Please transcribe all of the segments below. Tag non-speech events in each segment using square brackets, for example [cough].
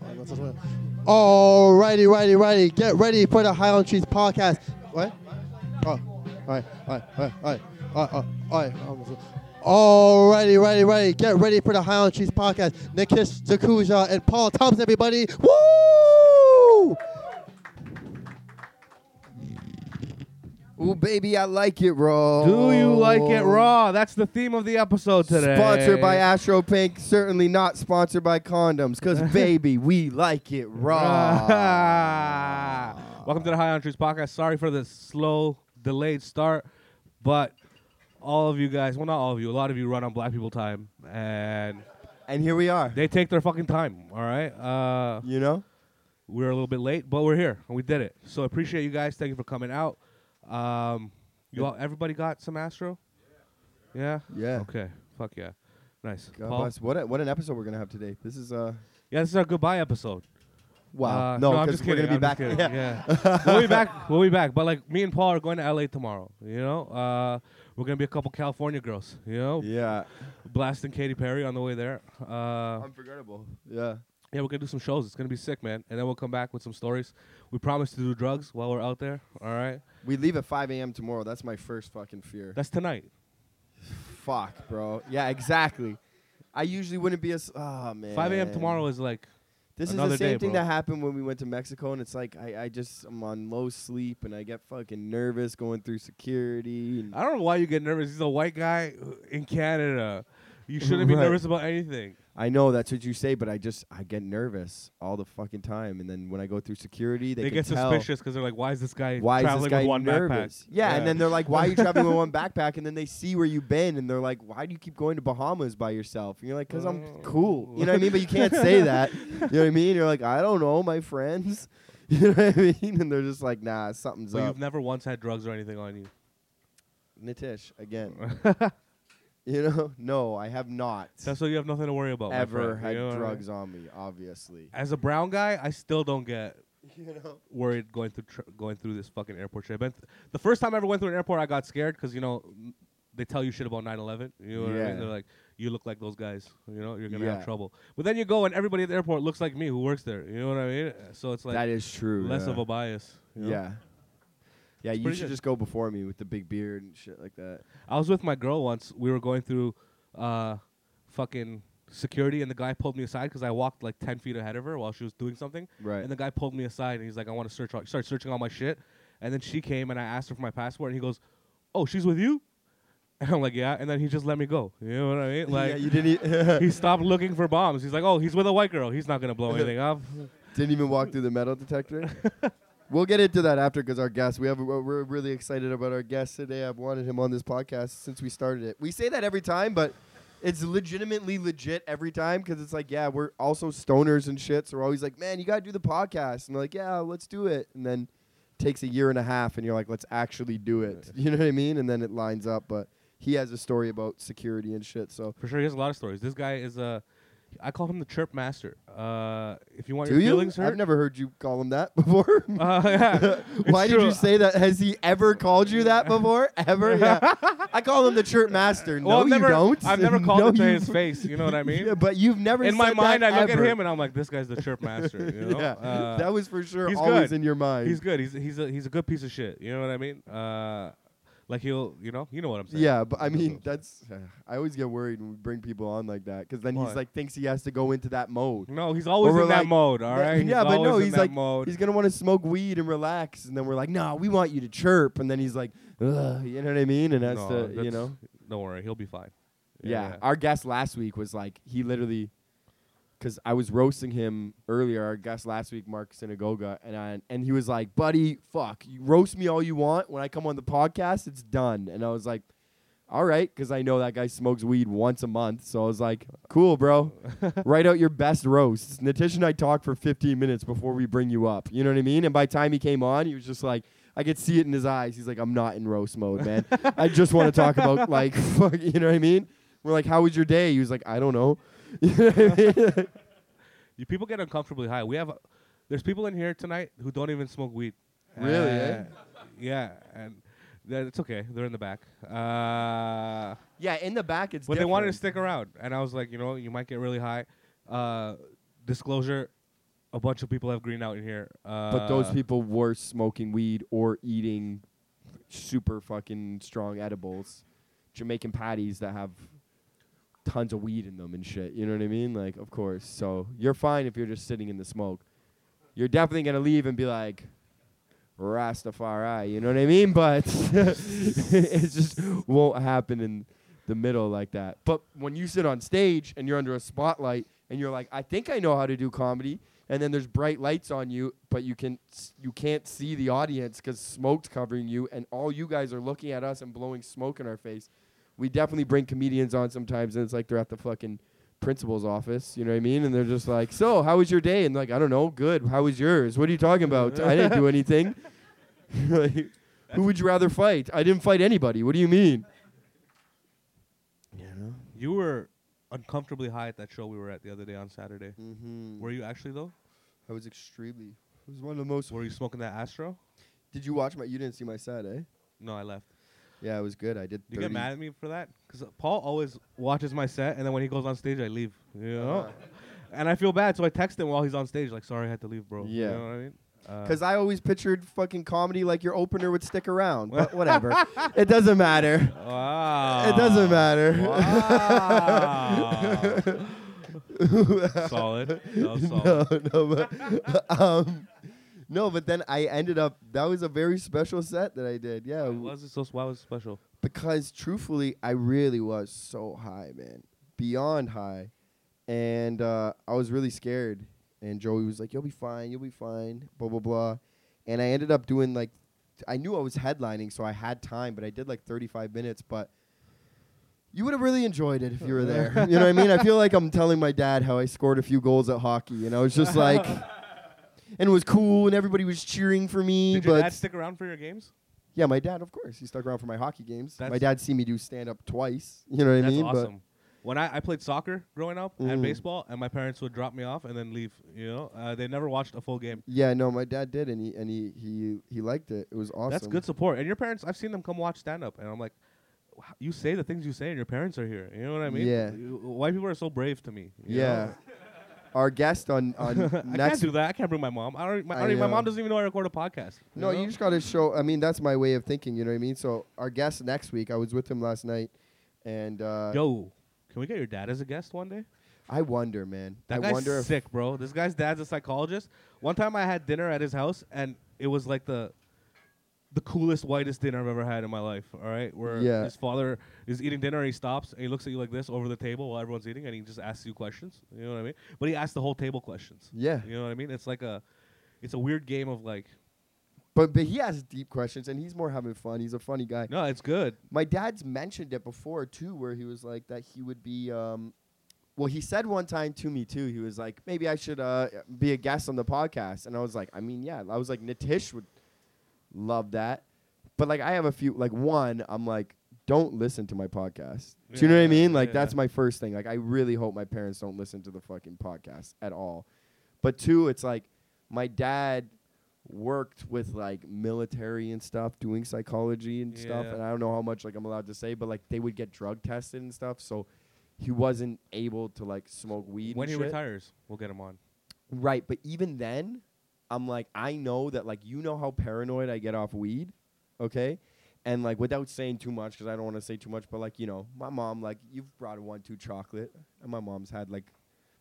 That's what I'm talking All Oh, righty, righty, righty. Get ready for the Highland Trees podcast. What? Oh, all right, all right, all right, all right, all right, all right. All oh, righty, righty, righty. Get ready for the Highland Trees podcast. Nikis Zakuja and Paul Thompson, everybody. Woo! Ooh, baby, I like it raw. Do you like it raw? That's the theme of the episode today. Oh. Sponsored [laughs] by Astro Pink, certainly not sponsored by condoms, because baby, we like it [laughs] raw. Welcome to the High on Trees podcast. Sorry for the slow, delayed start, but all of you guys, well, not all of you, a lot of you run on black people time, and and here we are. they take their fucking time, all right? Uh, You know? we are a little bit late, but we're here, and we did it. So I appreciate you guys. Thank you for coming out. Um, you all, everybody got some Astro? Yeah? Yeah. Okay. Fuck yeah. Nice. God Paul? bless. What a, what an episode we're gonna have today. This is uh Yeah, this is our goodbye episode. wow. Uh, no, I'm 'cause just we're kidding. gonna be I'm back. just [laughs] kidding. Yeah. we'll be back. We'll be back. But like me and Paul are going to LA tomorrow. You know, uh, we're gonna be a couple California girls. You know, Yeah. blasting Katy Perry on the way there. Uh, Unforgettable. Yeah. yeah, we're gonna do some shows. It's gonna be sick, man. And then we'll come back with some stories. We promise to do drugs while we're out there. All right, We leave at 5 a.m. tomorrow. That's my first fucking fear. that's tonight. Fuck, bro. Yeah, exactly. I usually wouldn't be as. Oh man. 5 a.m. tomorrow is like This is Another the same day, thing bro. that happened when we went to Mexico, and it's like I, I just I'm on low sleep and I get fucking nervous going through security. and- I don't know why you get nervous. He's a white guy in Canada. You shouldn't be Right. nervous about anything. I know that's what you say, but I just I get nervous all the fucking time, and then when I go through security, they, They, can get tell suspicious because they're like, "Why is this guy Why is traveling this guy with one nervous? backpack?" Yeah, and then they're like, "Why are you traveling with one backpack?" And then they see where you've been, and they're like, "Why do you keep going to Bahamas by yourself?" And you're like, "Cause I'm cool." You know what I mean? But you can't say that. You know what I mean? You're like, "I don't know, my friends." [laughs] You know what I mean? And they're just like, "Nah, something's But up." you've never once had drugs or anything on you. Nitish again. [laughs] [laughs] You know? No, I have not That's why you have nothing to worry about. my ever friend, had you know what I mean? drugs on me. Obviously, As a brown guy, I still don't get [laughs] you know. worried going through tr- going through this fucking airport shit. But th- the first time I ever went through an airport, I got scared because you know m- they tell you shit about 9/11. You know what I Yeah. mean? They're like, you look like those guys. You know, you're gonna Yeah. have trouble. But then you go and everybody at the airport looks like me who works there. You know what I mean? So it's like that is true. less yeah. of a bias. you know? yeah. Yeah, you pretty should good. just go before me with the big beard and shit like that. I was with my girl once. We were going through uh, fucking security, and the guy pulled me aside because I walked like 10 feet ahead of her while she was doing something. Right. And the guy pulled me aside, and he's like, I want to search, all, start searching all my shit. And then she came, and I asked her for my passport, and he goes, Oh, she's with you? [laughs] And I'm like, Yeah. And then he just let me go. You know what I mean? Like, [laughs] yeah, you didn't. [laughs] E- [laughs] he stopped looking for bombs. He's like, Oh, he's with a white girl. He's not going to blow anything up. Didn't even walk through the [laughs] metal detector. we'll get into that after because our guest, we have, we're we're really excited about our guest today. I've wanted him on this podcast since we started it. We say that every time, but it's legitimately legit every time because it's like, yeah, we're also stoners and shit. So we're always like, man, you got to do the podcast. And they're like, yeah, let's do it. And then takes a year and a half and you're like, let's actually do it. [laughs] You know what I mean? And then it lines up. But he has a story about security and shit. So For sure, he has a lot of stories. This guy is a. I call him the chirp master. Uh, if you want do your you? feelings hurt, I've never heard you call him that [laughs] before. [laughs] Uh, yeah. [laughs] Why It's did true. you say that? Has he ever called you that [laughs] before? Ever? Yeah. I call him the chirp master. No, Well, I've you never, don't. I've never called [laughs] No, it to you- his face. You know what I mean? Yeah, but you've never. in my said mind, I that look ever. at him and I'm like, this guy's the chirp master. [laughs] You know? yeah, Uh, that was for sure he's always good. in your mind. he's good. He's he's a he's a good piece of shit. You know what I mean? Uh, like he'll you know you know what I'm saying? Yeah, but I That's mean what that's. [sighs] I always get worried when we bring people on like that because then Why? he's like thinks he has to go into that mode. I'm- no, he's always Or in we're that like- mode. All right. yeah, but no, always in he's that like mode. he's gonna want to smoke weed and relax, and then we're like, nah, we want you to chirp, and then he's like, Ugh, you know what I mean, and has No, to, you that's- know. Don't worry, he'll be fine. Yeah. Our guest last week was like, he literally, because I was roasting him earlier. Our guest last week, Mark Sinagoga, and I, and he was like, buddy, fuck, you roast me all you want. When I come on the podcast, it's done. And I was like, all right, because I know that guy smokes weed once a month. So I was like, cool, bro. Write out your best roasts. Natish and I talked for 15 minutes before we bring you up. You know what I mean? And by the time he came on, he was just like, I could see it in his eyes. He's like, I'm not in roast mode, man. I just want to talk [laughs] about, like, fuck, you know what I mean? We're like, how was your day? He was like, I don't know. [laughs] You know what I mean? You people get uncomfortably high. We have uh, there's people in here tonight who don't even smoke weed. Really, eh? Uh, Yeah, and th- it's okay. They're in the back. Uh, [laughs] yeah, in the back, it's but they wanted to different. stick around, and I was like, you know, you might get really high. Uh, disclosure: a bunch of people have green out in here. Uh, But those people were smoking weed or eating super fucking strong edibles, Jamaican patties that have tons of weed in them and shit. You know what I mean? Like, of course. So you're fine if you're just sitting in the smoke. You're definitely gonna leave and be like, Rastafari. You know what I mean? But [laughs] it just won't happen in the middle like that. But when you sit on stage and you're under a spotlight and you're like, I think I know how to do comedy, and then there's bright lights on you, but you can s- you can't see the audience because smoke's covering you, and all you guys are looking at us and blowing smoke in our face. We definitely bring comedians on sometimes, and it's like they're at the fucking principal's office. You know what I mean? And they're just like, "So, how was your day?" And like, "I don't know, good. How was yours? What are you talking about? I didn't do anything." [laughs] Like, who would you rather fight? I didn't fight anybody. What do you mean? You know. you were uncomfortably high at that show we were at the other day on Saturday. Mm-hmm. Were you actually though? I was extremely. It was one of the most. Were you smoking that Astro? Did you watch my? You didn't see my set, eh? No, I left. Yeah, it was good. I did. You get mad at me for that? Because Paul always watches my set, and then when he goes on stage, I leave. You know? Uh-huh. And I feel bad, so I text him while he's on stage, like, sorry, I had to leave, bro. Yeah. You know what I mean? Uh, Because I always pictured fucking comedy like your opener would stick around, [laughs] but whatever. it doesn't matter. wow. It doesn't matter. Wow. [laughs] solid. That was [laughs] solid. no, no, but [laughs] um, no, but then I ended up. That was a very special set that I did. Yeah, Why was it so, why was it special? because truthfully, I really was so high, man, beyond high, and uh, I was really scared. And Joey was like, "You'll be fine. You'll be fine." Blah blah blah, and I ended up doing like, I knew I was headlining, so I had time, but I did like 35 minutes, but. You would have really enjoyed it if you were there. you know what I mean? I feel like I'm telling my dad how I scored a few goals at hockey, and I was just like, and it was cool, and everybody was cheering for me. Did but your dad stick around for your games? yeah, my dad, of course. He stuck around for my hockey games. my That's- dad seen me do stand up twice. [laughs] You know what I That's mean? awesome. When I, I played soccer growing up Mm. and baseball, and my parents would drop me off and then leave, you know, uh, they never watched a full game. But yeah, no, my dad did, and he and he he he liked it. It was awesome. That's good support. And your parents, I've seen them come watch stand up, and I'm like, "Wh- you say the things you say, and your parents are here. You know what I mean? Yeah. You- White people are so brave to me. you Yeah. know? [laughs] [laughs] Our guest on on I can't next. do that. I can't bring my mom. I don't. My, I I don't even- my know. mom doesn't even know I record a podcast. No, know? you just gotta show. I mean, that's my way of thinking. You know what I mean? So our guest next week. I was with him last night, and uh, Yo, can we get your dad as a guest one day? I wonder, man. That I guy's wonder if sick, bro. This guy's dad's a psychologist. One time I had dinner at his house, and it was like the the coolest, whitest dinner I've ever had in my life. All right, where Yeah. his father is eating dinner, and he stops and he looks at you like this over the table while everyone's eating, and he just asks you questions. You know what I mean? But he asks the whole table questions. Yeah. you know what I mean? It's like a it's a weird game of like, But but he has deep questions, and he's more having fun. He's a funny guy. no, it's good. My dad's mentioned it before too, where he was like that he would be. Um, well, he said one time to me too. He was like, maybe I should uh, be a guest on the podcast, and I was like, I mean, yeah. I was like, Nitish would love that, but like, I have a few. Like one, I'm like, don't listen to my podcast. Do you know what I Yeah, mean? Like yeah. that's my first thing. Like I really hope my parents don't listen to the fucking podcast at all. But two, it's like my dad worked with like military and stuff doing psychology and stuff Yeah. and I don't know how much like I'm allowed to say but like they would get drug tested and stuff so he wasn't able to like smoke weed When and he shit. retires, we'll get him on. right but even then I'm like I know that like you know how paranoid I get off weed okay and like without saying too much cuz I don't want to say too much but like you know my mom like you've brought one two chocolate and my mom's had like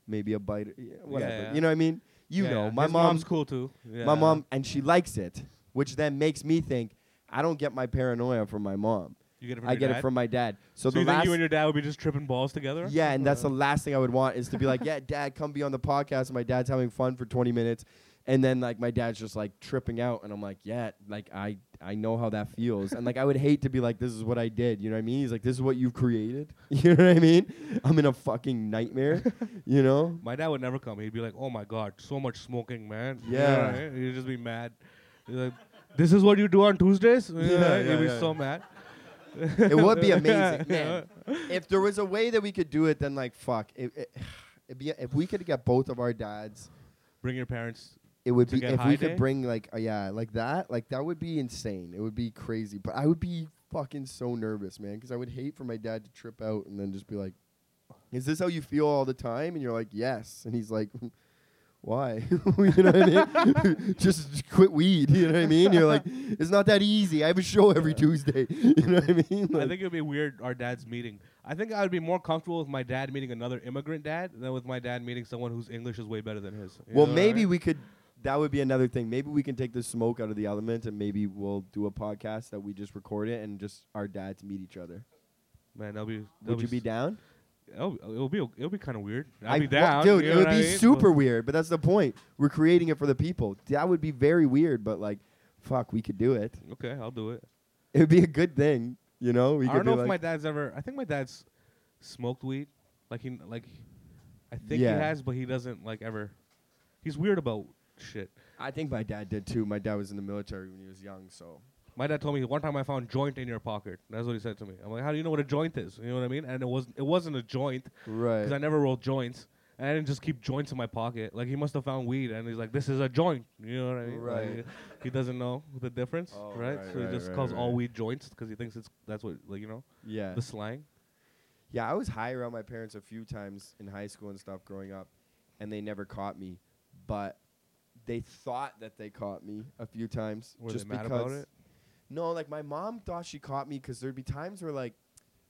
maybe a bite yeah, whatever yeah. you know what I mean you Yeah, know yeah. my His mom's mom's cool too. my Yeah. mom and she likes it which then makes me think i don't get my paranoia from my mom You get it from i your get dad? it from my dad so, So, the you last think you and your Uh. dad would be just tripping balls together? yeah and that's the last thing i would want is to be like yeah dad come be on the podcast and my dad's having fun for 20 minutes and then like my dad's just like tripping out and i'm like yeah like i i know how that feels and like i would hate to be like this is what i did you know what i mean he's like this is what you've created [laughs] you know what i mean i'm in a fucking nightmare you know My dad would never come. He'd be like, "Oh my god, so much smoking, man." You know Yeah. what I mean? He'd just be mad. He's like, "This is what you do on Tuesdays?" You know Yeah, what I mean? yeah, He'd be yeah, so yeah. mad. It would [laughs] be amazing, man. If there was a way that we could do it, then like fuck, it, it, [sighs] it'd be, if we could get both of our dads, Bring your parents. it would To be get if high we day? could bring like uh, yeah, like that, like that would be insane. It would be crazy, but I would be fucking so nervous, man, because I would hate for my dad to trip out and then just be like, [laughs] "Is this how you feel all the time?" And you're like, "Yes," and he's like, why? [laughs] you know what I mean? [laughs] just quit weed. You know what I mean? You're like, it's not that easy. I have a show every Tuesday. [laughs] You know what I mean? I Like- think it would be weird our dad's meeting. I think I would be more comfortable with my dad meeting another immigrant dad than with my dad meeting someone whose English is way better than his. You well, know what I maybe mean? we could. That would be another thing. Maybe we can take the smoke out of the element, and maybe we'll do a podcast that we just record it and just our dads meet each other. man, that'll be. that'll Would you be s- down? It'll, it'll be it'll be kind of weird. I'd I- be well, down, dude. you it know would what I be mean? super weird, but that's the point. We're creating it for the people. That would be very weird, but like, fuck, we could do it. But- Okay, I'll do it. It would be a good thing, you know. We I could don't be know if like, my dad's ever. I think my dad's smoked weed. Like he like, I think Yeah. he has, but he doesn't like ever. He's weird about shit. I think my dad did too. My dad was in the military when he was young, so My dad told me one time I found joint in your pocket. That's what he said to me. I'm like, how do you know what a joint is? You know what I mean? And it was it wasn't a joint right. because I never rolled joints. And I didn't just keep joints in my pocket. Like he must have found weed, and he's like, "This is a joint." You know what I mean? Like, Right. he doesn't know the difference, Oh, right? right, So he right, just right, calls all right. weed joints because he thinks it's that's what like you know yeah, the slang. yeah. I was high around my parents a few times in high school and stuff growing up, and they never caught me, but they thought that they caught me a few times. Were they just mad because about it? No, like my mom thought she caught me because there'd be times where like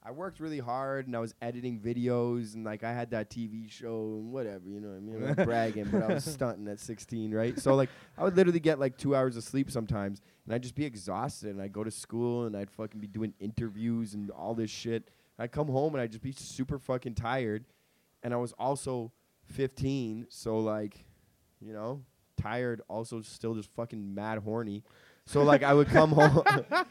I worked really hard and I was editing videos and like I had that TV show and whatever, you know what I mean? I'm not bragging, but I was stunting at 16, right? So like I would literally get like two hours of sleep sometimes and I'd just be exhausted and I'd go to school and I'd fucking be doing interviews and all this shit. I'd come home and I'd just be super fucking tired and I was also 15, so like, you know, tired, also still just fucking mad horny. So like, I would come home.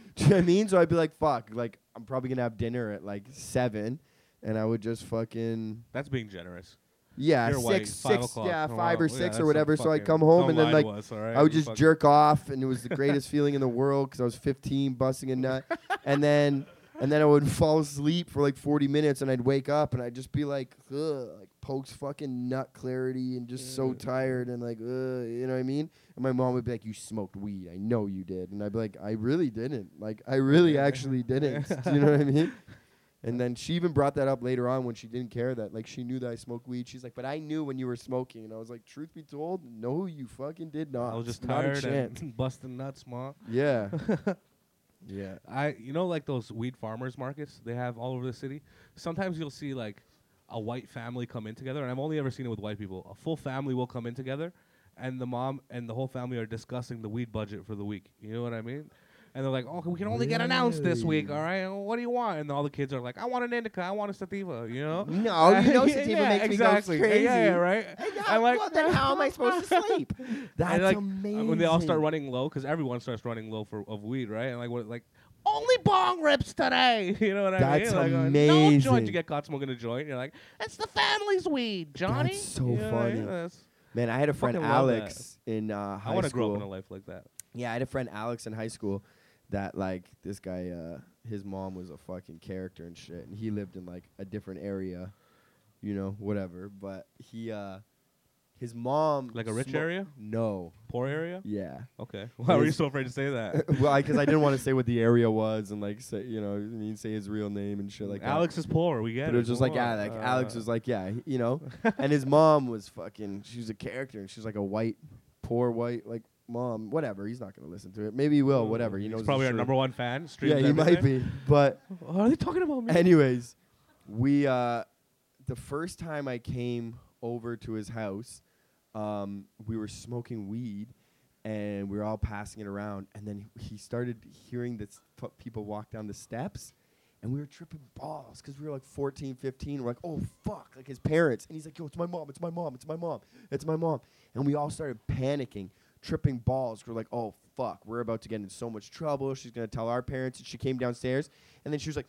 [laughs] Do you know what I mean? So I'd be like, fuck, like I'm probably gonna have dinner at like seven, and I would just fucking That's being generous. yeah, You're six, white, five six, o'clock. yeah, Oh, five wow. Yeah, or six that's or some whatever. So I'd fucking- come home and don't then lie like to us, all right? I would You just fucking- jerk off, and it was the greatest feeling in the world because I was 15, busting a nut, and then and then I would fall asleep for like 40 minutes, and I'd wake up, and I'd just be like, ugh, like pokes fucking nut clarity, and just so tired, and like, ugh, you know what I mean? And my mom would be like, "You smoked weed? I know you did," and I'd be like, "I really didn't. Like, I really actually didn't. Do you know what I mean?" And then she even brought that up later on when she didn't care that like she knew that I smoked weed. She's like, "But I knew when you were smoking." And I was like, "Truth be told, no, you fucking did not. I was just Not a tired [laughs] chance." and busting nuts, ma. [laughs] Yeah. yeah. I you know like those weed farmers markets they have all over the city. Sometimes you'll see like a white family come in together, and I've only ever seen it with white people. A full family will come in together, and the mom and the whole family are discussing the weed budget for the week. You know what I mean? And they're like, "Oh, we can only get an ounce this week, all right? And What do you want?" And all the kids are like, "I want an indica. I want a sativa." You know? No, Oh, [laughs] you know Yeah, sativa makes me go exactly. Yeah, crazy. Yeah, right. I like how am I supposed to sleep? [laughs] That's and, like, uh, amazing. When they all start running low, because everyone starts running low for of weed, right? And like, what, like only bong rips today. [laughs] You know what I mean? That's Like, uh, No joint. amazing. You get caught smoking a joint. You're like, that's the family's weed, Johnny. That's so You know what I mean? funny. That's- Man, I had a friend Fucking love that. Alex in uh, high I want to school. grow up in a life like that. Yeah, I had a friend Alex in high school that like this guy uh his mom was a fucking character and shit and he lived in like a different area, you know, whatever, but he uh his mom Like a rich smo- area, No. poor area. Yeah. Okay. [laughs] Why were you Yes. so afraid to say that? [laughs] well, because I, didn't want to say what the area was and like say, you know, I mean, say his real name and shit like that. Alex is poor. We get But it was just like come yeah, on. like Alex Uh, was like yeah, he- you know, [laughs] and his mom was fucking. She was a character, and she was like a white, poor white like mom. Whatever, he's not gonna listen to it. Maybe he will. oh, Whatever, he Mm, He's knows. the probably our truth. number one fan. Yeah, he might be. But What are they talking about me? anyways, we uh, the first time I came over to his house, um, we were smoking weed, and we were all passing it around. And then he started hearing that f- people walk down the steps, and we were tripping balls because we were like 14, 15. We're like, oh fuck, like his parents. And he's like, yo, it's my mom, it's my mom, it's my mom, it's my mom. And we all started panicking, tripping balls. We're like, oh fuck, we're about to get in so much trouble. She's gonna tell our parents. And she came downstairs, and then she was like,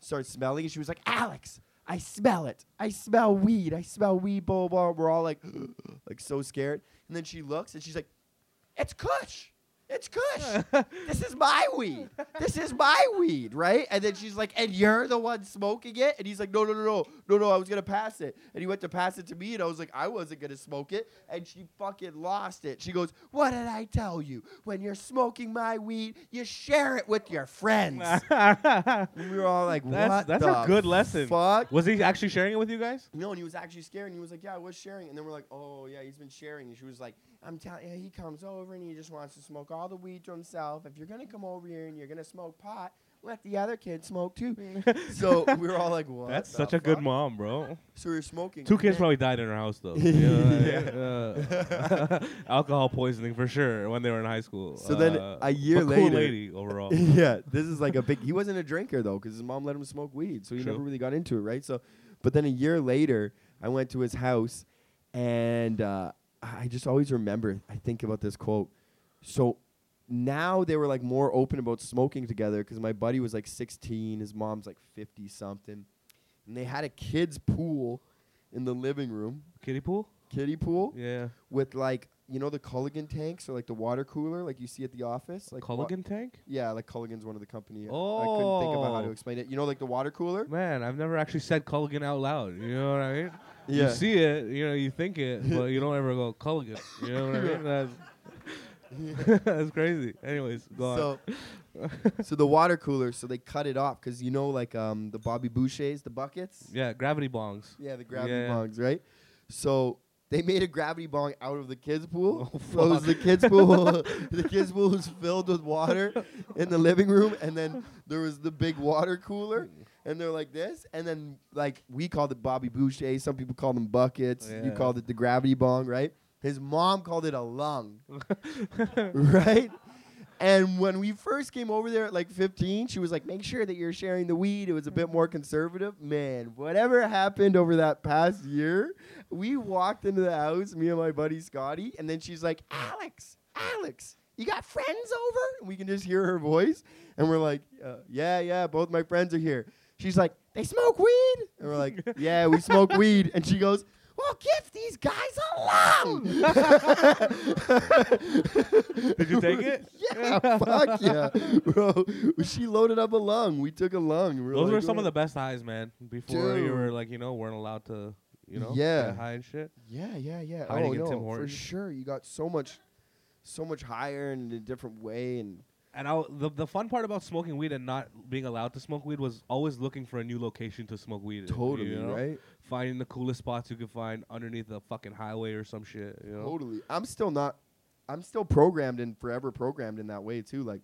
started smelling, and she was like, Alex. I smell it. I smell weed. I smell weed. Blah [gasps] blah. blah. We're all like, like so scared. And then she looks and she's like, "It's Kush." It's Kush. this is my weed. This is my weed, right? And then she's like, and you're the one smoking it? And he's like, no, no, no, no, no, no, I was going to pass it. And he went to pass it to me, and I was like, I wasn't going to smoke it. And she fucking lost it. She goes, what did I tell you? When you're smoking my weed, you share it with your [laughs] friends. And we were all like, That's- what that's the a good lesson. fuck? Was he actually sharing it with you guys? No, and he was actually scared. And he was like, "Yeah, I was sharing." And then we're like, "Oh, yeah, he's been sharing." And she was like, "I'm telling you, he comes over and he just wants to smoke all the weed to himself. If you're gonna come over here and you're gonna smoke pot, let the other kid smoke too." [laughs] so we were all [laughs] like, "What?" That's the such a good fuck?" mom, bro. So we were smoking. Two and kids then- probably died in her house [laughs] though. Yeah, uh, [laughs] alcohol poisoning for sure when they were in high school. So then Uh, a year but later- cool lady [laughs] overall. yeah, this is like a big. He wasn't a drinker though, because his mom let him smoke weed, so he True. never really got into it, right? So, but then a year later, I went to his house, and uh, I just always remember. I think about this quote. So now they were like more open about smoking together, because my buddy was like 16, his mom's like 50 something, and they had a kids pool in the living room, Kiddie pool? kiddie pool, Yeah. with like you know the Culligan tanks or like the water cooler, like you see at the office, like wa- Culligan tank? yeah, like Culligan's one of the company. I couldn't think about how to Oh. explain it. You know, like the water cooler. Man, I've never actually said Culligan out loud. You know what I mean? Yeah. You see it, you know, you think [laughs] it, but you don't ever go Culligan. You know what I mean? That's, [laughs] that's [laughs] crazy. Anyways, go on. So, [laughs] so the water cooler. So they cut it off because you know, like um, the Bobby Boucher's, the buckets. Yeah, gravity bongs. Yeah, the gravity Yeah. bongs, right? So they made a gravity bong out of the kids pool. Oh, so it was fuck. the kids [laughs] pool. the kids pool was filled with water in the living room, and then there was the big water cooler. And they're like this, and then like we called it Bobby Boucher. Some people called them buckets. You Yeah. called it the gravity bong, right? His mom called it a [laughs] lung, right? And when we first came over there at like 15, she was like, make sure that you're sharing the weed. It was a bit more conservative. Man, whatever happened over that past year, we walked into the house, me and my buddy Scotty, and then she's like, Alex, Alex, you got friends over? And we can just hear her voice. And we're like, uh, yeah, yeah, both my friends are here. She's like, they smoke weed? And [laughs] we're like, yeah, we smoke weed. And she goes, well, give these guys a lung. [laughs] Did you take it? [laughs] [laughs] Yeah, fuck yeah, bro. She loaded up a lung. We took a lung. We Those like, were some of "Oh." the best highs, man. Before you were Dude. like, you know, weren't allowed to, you know, Yeah. get high and shit. Yeah, yeah, yeah. Hiding oh in no, Tim for Hortons. sure. You got so much, so much higher and in a different way. And And I, the the fun part about smoking weed and not being allowed to smoke weed was always looking for a new location to smoke weed. in, you totally know? right. Finding the coolest spots you could find underneath the fucking highway or some shit. You know. Totally. I'm still not. I'm still programmed and forever programmed in that way too. Like,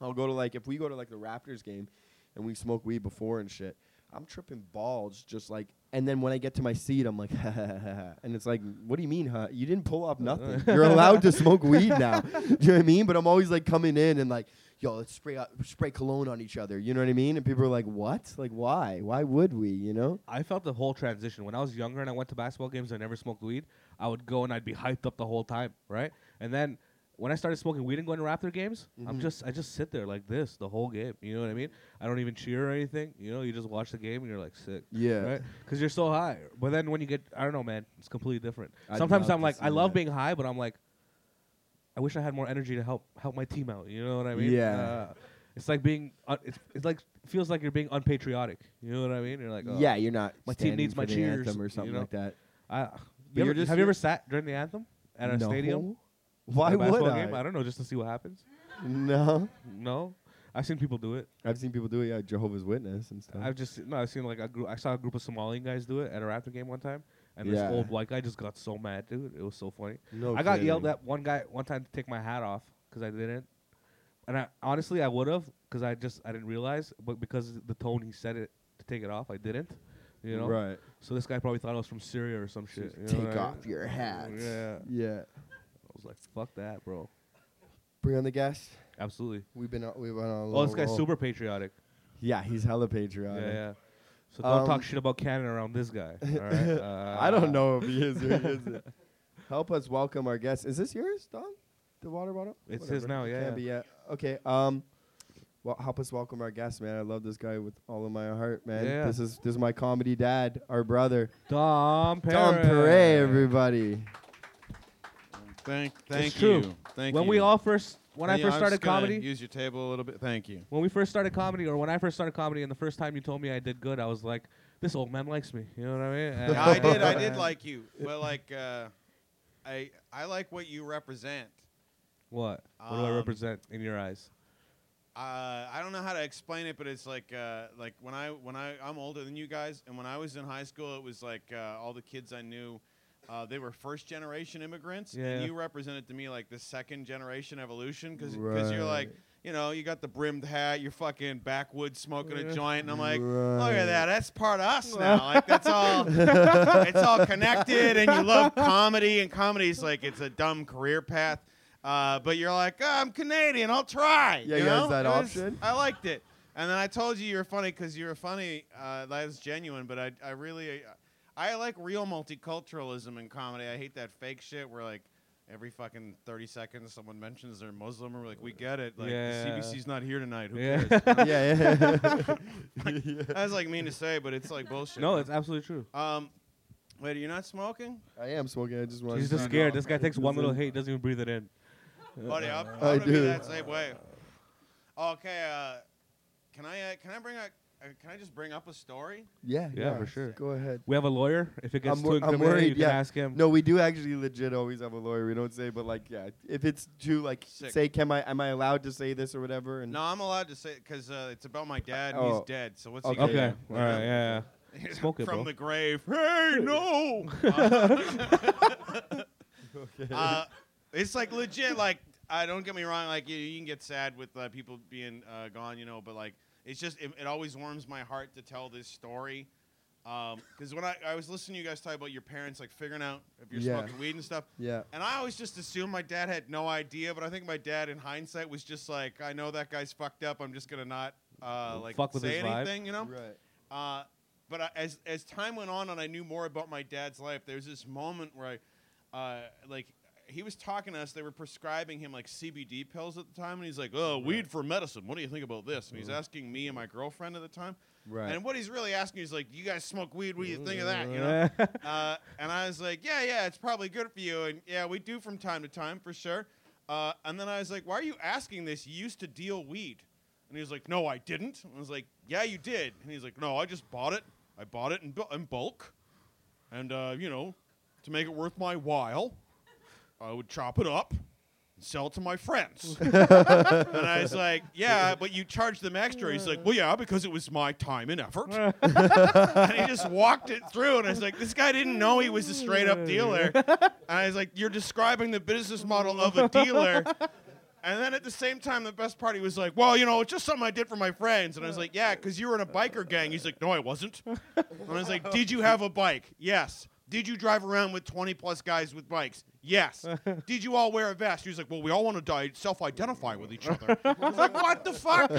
I'll go to like if we go to like the Raptors game, and we smoke weed before and shit. I'm tripping balls just like. And then when I get to my seat, I'm like, [laughs] and it's like, what do you mean, huh? You didn't [laughs] pull off nothing. You're allowed to smoke weed now. Do you know what I mean? But I'm always like coming in and like, yo, let's spray out, spray cologne on each other. You know what I mean? And people are like, what? Like, why? Why would we? You know? I felt the whole transition when I was younger and I went to basketball games. I never smoked weed. I would go and I'd be hyped up the whole time, right? And then when I started smoking weed and going to Raptor games, I'm Mm-hmm. just I just sit there like this the whole game. You know what I mean? I don't even cheer or anything. You know, you just watch the game and you're like sick. Yeah. Right? Because you're so high. But then when you get, I don't know, man, it's completely different. I'd Sometimes love I'm to like, I see love that. being high, but I'm like, I wish I had more energy to help help my team out. You know what I mean? Yeah. Uh, it's like being, un- it's, it's like feels like you're being unpatriotic. You know what I mean? You're like, oh, yeah, you're not. my team standing needs for my the cheers, anthem or you something know? like that. I, you're you ever, just- have you ever sat during the anthem at a No. stadium? Why at a would basketball I? Game? I don't know, just to see what happens. No. No, I've seen people do it. I've seen people do it, yeah, Jehovah's Witness and stuff. I've just no, I've seen like a group. I saw a group of Somalian guys do it at a Raptor game one time, and Yeah. this old white guy just got so mad, dude. It was so funny. no I got yelled kidding. at one guy one time to take my hat off because I didn't, and I honestly I would have because I just I didn't realize, but because the tone he said it to take it off, I didn't. You know, Right. so this guy probably thought I was from Syria or some shit. you know Take what I mean? off your hat. Yeah, Yeah. I was like, fuck that, bro. Bring on the guest. Absolutely. We've been on, we've been on a Oh, little this guy's roll. super patriotic. Yeah, he's hella Yeah, patriotic. yeah. So don't Um, talk shit about Canada around this [laughs] guy. All right? uh, I don't know if he is or he [laughs] isn't. Help us welcome our guest. Is this yours, Don? The water bottle? It's his now, yeah, Can be, yeah. Okay. Um well, help us welcome our guest, man. I love this guy with all of my heart, man. Yeah. This is this is my comedy dad, our brother. Dom Perry. Don [laughs] Perret, everybody. Thank, thank true. you. Thank when you. we all first when I first Yeah, I'm just started gonna comedy, Use your table a little bit. Thank you. when we first started comedy, or when I first started comedy, and the first time you told me I did good, I was like, this old man likes me. You know what I mean? And- Yeah, [laughs] I did. I [laughs] did like you, but like, uh, I I like what you represent. What? What do I Um, represent in your eyes? Uh, I don't know how to explain it, but it's like uh, like when I when I I'm older than you guys, and when I was in high school, it was like uh, all the kids I knew. Uh, they were first generation immigrants, Yeah. and you represented to me like the second generation evolution because you're like, Right. you know, you got the brimmed hat, you're fucking backwoods smoking Yeah. a joint, and I'm like, look Right. at that, that's part of us now. Like that's all, it's all connected, and you love comedy, and comedy's like it's a dumb career path, uh, but you're like, oh, I'm Canadian, I'll try. Yeah, you you guys know? that It was- option? I liked it, and then I told you you were funny because you were funny. Uh, that was genuine, but I, I really, I like real multiculturalism in comedy. I hate that fake shit where like. Every fucking thirty seconds, someone mentions they're Muslim, or like, we get it. Like, Yeah. the CBC's not here tonight. Who Yeah. cares? [laughs] yeah, yeah. That's like mean to say, but it's like bullshit. No, it's absolutely true. Um, wait, you're not smoking, I am smoking. I just want. He's just not scared. know. This guy takes one little hate, doesn't even breathe it in. buddy? I'm, I'm Uh, I gonna be do. that same way. Okay, uh, can I uh, can I bring a uh, can I just bring up a story? Yeah, Yeah, for sure. Go ahead. We have a lawyer. If it gets I'm too wor- I'm incriminating, worried, you can yeah. ask him. No, we do actually legit always have a lawyer. We don't say, but like, yeah, if it's too like, Sick. say, can I am I allowed to say this or whatever? And [laughs] No, I'm allowed to say because uh, it's about my dad. and Oh. He's dead, so what's Okay. he Okay. gonna All right. Yeah. do? [laughs] Smoke it, from bro. the grave. Hey, no. Uh, uh, it's like legit. Like, I don't get me wrong. Like, you, you can get sad with uh, people being uh, gone, you know. But like, it's just it, it always warms my heart to tell this story. Because when I, I was listening to you guys talk about your parents, like figuring out if you're Yeah. smoking weed and stuff, Yeah. and I always just assumed my dad had no idea, but I think my dad, in hindsight, was just like, I know that guy's fucked up. I'm just gonna not uh, like Fuck with say his vibe. anything, you know. Right. Uh, but I, as as time went on and I knew more about my dad's life, there was this moment where I, uh, like, he was talking to us. They were prescribing him like CBD pills at the time, and he's like, "Oh, weed for medicine. What do you think about this?" And he's asking me and my girlfriend at the time. Mm-hmm. Right. And what he's really asking is like, "You guys smoke weed? What do you think of that?" You know Yeah. uh, and I was like, yeah, yeah, it's probably good for you. And yeah, we do from time to time for sure. Uh, and then I was like, why are you asking this? You used to deal weed. And he was like, no, I didn't. And I was like, yeah, you did. And he's like, no, I just bought it. I bought it in, bu- in bulk. And, uh, you know, to make it worth my while, I would chop it up and sell it to my friends. and I was like, yeah, but you charged them extra. He's like, well, yeah, because it was my time and effort and he just walked it through. And I was like, this guy didn't know he was a straight up dealer. And I was like, you're describing the business model of a dealer. And then at the same time, the best part, he was like, well, you know, it's just something I did for my friends. And I was like, yeah, because you were in a biker gang. He's like, no, I wasn't. And I was like, did you have a bike? Yes. Did you drive around with 20 plus guys with bikes? Yes. Did you all wear a vest? He was like, well, we all want to die, self identify with each other. I was like, what the fuck?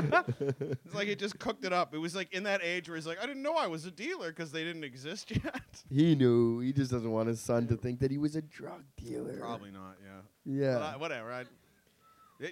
It's like it just cooked it up. It was like in that age where he's like, I didn't know I was a dealer because they didn't exist [laughs] yet. He knew. He just doesn't want his son to think that he was a drug dealer. Probably not. Yeah. Yeah. But I- whatever. I,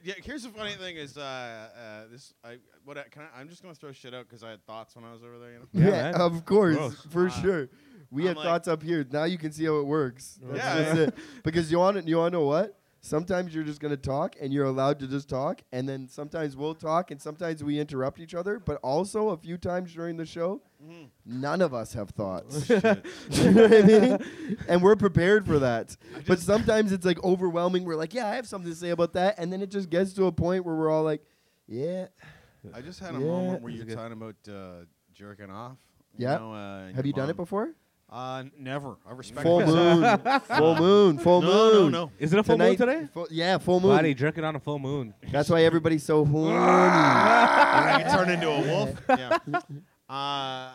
yeah, here's the funny thing is uh, uh, this I what I, can I, I'm just gonna throw shit out because I had thoughts when I was over there. You know. yeah, Yeah, man. of course, Gross. for Uh, sure. We I'm had like- thoughts up here. Now you can see how it works. That's Yeah, just yeah. it. Because you want to, you want to know what? Sometimes you're just gonna talk, and you're allowed to just talk, and then sometimes we'll talk, and sometimes we interrupt each other. But also, a few times during the show, Mm-hmm. none of us have [laughs] thoughts. [laughs] you know what I mean? And we're prepared for that. But sometimes it's like overwhelming. We're like, yeah, I have something to say about that, and then it just gets to a point where we're all like, yeah, I just had a Yeah. moment where That's you're good. talking about uh, jerking off. Yeah. You know, uh, and have your you done mom. it before? Uh, n- never. I respect. [laughs] Full myself. moon, [laughs] full moon, full No, no, moon. no. [laughs] Is it a full moon today? Full, yeah, full moon. Body jerking on a full moon. That's why everybody's so horny. [laughs] I can turn into a [laughs] wolf. Yeah. Uh,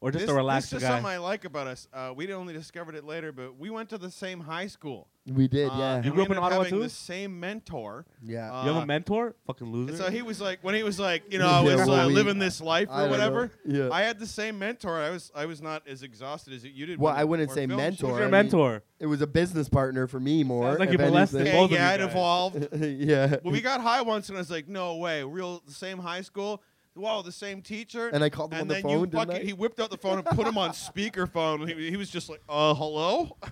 Or just this, a relaxed this is guy. something I like about us. Uh, we only discovered it later, but we went to the same high school. we did, Uh, yeah, and You we grew up in ended Ottawa having too? The same mentor. yeah. Uh, you have a mentor? Fucking and loser. so he was like, when he was [laughs] like, you know, I Yeah, was well, uh, we- living this life I or don't whatever. know. Yeah. I had the same mentor. I was I was not as exhausted as you did. Well, when- I wouldn't or say film mentor. school. Who's your I mean- [laughs] mentor? it was a business partner for me more. Sounds like if you molested anything. both Okay, of you yeah, it guys. evolved. [laughs] yeah. well, we got high once, and I was like, no way, real the same high school. Whoa, the same teacher. And I called him on And the then phone, you didn't fucking, I? he whipped out the phone and put him on speakerphone. He, he was just like, uh, hello? [laughs]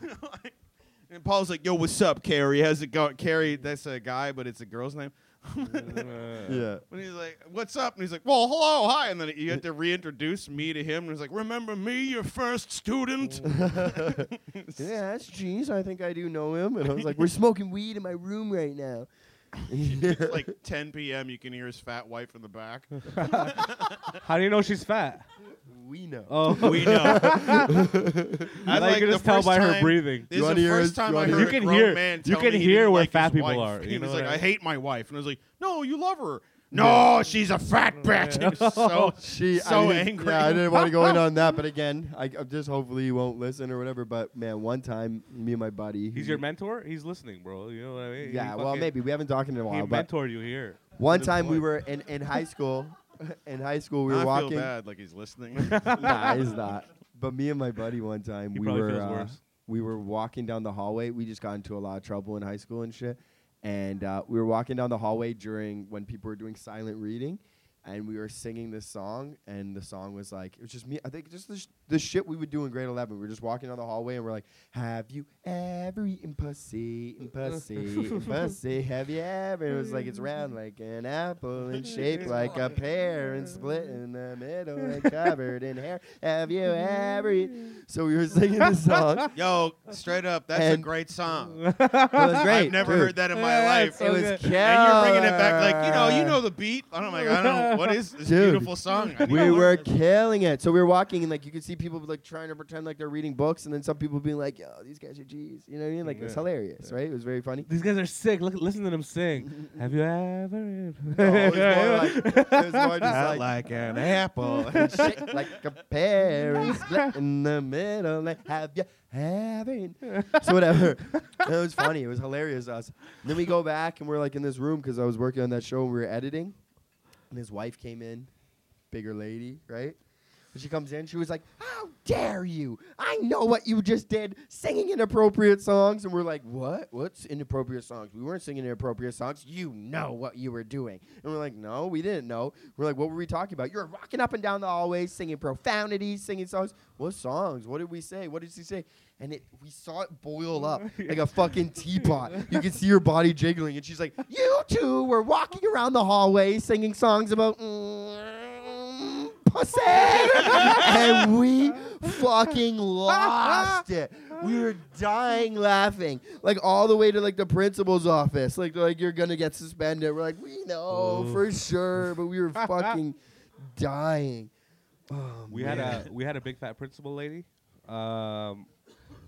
And Paul's like, "Yo, what's up, Carrie? How's it going, Carrie? That's a guy, but it's a girl's name." [laughs] Yeah. And he's like, "What's up?" And he's like, "Well, hello, hi." And then you have to reintroduce me to him. And he's like, "Remember me, your first [laughs] student?" [laughs] Yeah, that's Jeez. I think I do know him. And I was like, we're smoking weed in my room right now. it's like 10 p.m. You can hear his fat wife in [laughs] the back. How do you know she's fat? we know. Oh, [laughs] We know. [laughs] I I like could the just tell first by her time- breathing. This You is wanna the hear first us- time you I wanna heard hear- a You can grown hear- man you tell can me he hear didn't where like fat his people wife. are, He you was know like, what I "I mean? hate my wife," and I was like, "No, you [laughs] love her." No, she's a fat bitch. He was so She so I didn't- angry. Yeah, I didn't want to [laughs] go in on that, but again, I, I just hopefully you won't listen or whatever. But man, one time, me and my buddy, He's your mentor. He's listening, bro. You know what I mean? He Yeah, well, fucking- maybe we haven't talked in a He while. But mentored you here. one Good time we point. were in, in high school. [laughs] In high school, we I were feel walking. bad, like he's listening. [laughs] [laughs] nah, he's not. But me and my buddy one time He we probably were feels uh, worse. we were walking down the hallway. We just got into a lot of trouble in high school and shit. And uh, we were walking down the hallway during when people were doing silent reading, and we were singing this song. And the song was like it was just me. I think just the, sh- the shit we would do in grade eleven. We were just walking down the hallway and we're like, "Have you ever eaten pussy, and [laughs] pussy, and pussy? Have you ever?" And it was like it's round like an apple and shaped like a pear and split in the middle [laughs] and covered in hair. Have you ever? eat-" So we were singing this song. [laughs] Yo, straight up, that's a And- [laughs] great song. It was great. I've never dude. heard that in my Yeah, life. it's so It was good. killer. and you're bringing it back like you know, you [laughs] know the beat. I don't like, I don't know what is this Dude, beautiful song. I need we to were learn killing it. So we were walking, and like you could see people like trying to pretend like they're reading books, and then some people being like, "Yo, these guys are G's." You know what I mean? Like it's Yeah. hilarious, right? It was very funny. These guys are sick. Look, listen to them sing. [laughs] Have you ever? No, it was Oh, more like [laughs] it was more [laughs] just this. Not like like an apple. [laughs] shit, like a pear and split in the middle. Like have you having? So whatever. [laughs] it was funny. It was hilarious. to Us. then we go back and we're like in this room because I was working on that show and we were editing, and his wife came in, bigger lady, right? And she comes in. She was like, "How dare you? I know what you just did, singing inappropriate songs." And we're like, "What? What's inappropriate songs? We weren't singing inappropriate songs. You know what you were doing." And we're like, "No, we didn't know." We're like, "What were we talking about? You were rocking up and down the hallways, singing profanities, singing songs. What songs? What did we say? What did she say?" And it, we saw it boil up like a fucking teapot. You could see her body jiggling, and she's like, "You two were walking around the hallway, singing songs about." mm, pussy. and we fucking lost it. We were dying laughing, like all the way to like the principal's office. Like they're like you're gonna get suspended. We're like we know Oh. for sure, but we were [laughs] fucking dying. Oh, We man. had a we had a big fat principal lady, um,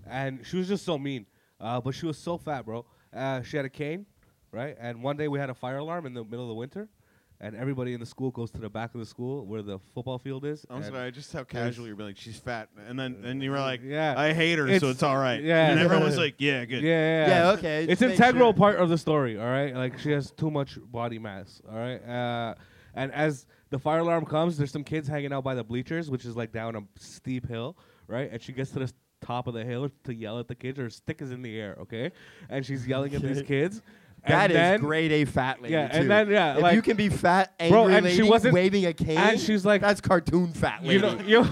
and she was just so mean. Uh, but she was so fat, bro. Uh, she had a cane, right? And one day we had a fire alarm in the middle of the winter, and everybody in the school goes to the back of the school where the football field is. I'm and- sorry, just how casual you're being like, she's fat, and then and you were like, Yeah. I hate her, so It's- it's all right. yeah. and [laughs] everyone was like, yeah, Yeah, good. [laughs] yeah, Yeah, okay, It's just make integral sure. part of the story, all right? Like she has too much body mass, all right? Uh, and as the fire alarm comes, there's some kids hanging out by the bleachers, which is like down a steep hill, right? And she gets to the s- top of the hill to yell at the kids. Her stick is in the air, okay? And she's yelling at these kids. That and is then- grade A fat lady. Yeah, and too. then, yeah, if like- you can be fat, angry Bro, and she lady wasn't- waving a cane, and she's like- "That's cartoon fat lady." You know, [laughs] you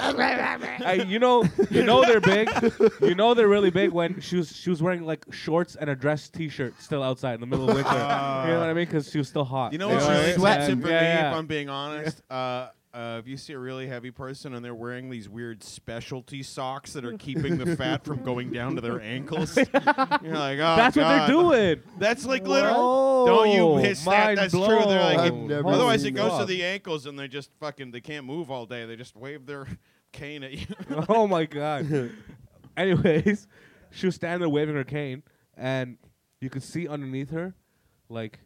Hey, you know, you know they're big. You know they're really big when she was she was wearing like shorts and a dress T-shirt still outside in the middle of winter. [laughs] you Ah. know what I mean? Because she was still hot. You know what Yeah. really Yeah. sweats it And- for yeah, me, yeah. if I'm being honest? Uh, uh, if you see a really heavy person and they're wearing these weird specialty socks that are keeping the fat from going down to their [laughs] ankles, you're like, oh, That's what they're God." doing. That's like What? literal. Don't you hiss that? Mind That's true. They're like, I've it- never otherwise seen it goes to that. [laughs] the ankles and they just fucking they can't move all day. They just wave their [laughs] cane at you. [laughs] oh my [laughs] god. Anyways, she was standing there waving her cane, and you could see underneath her, like,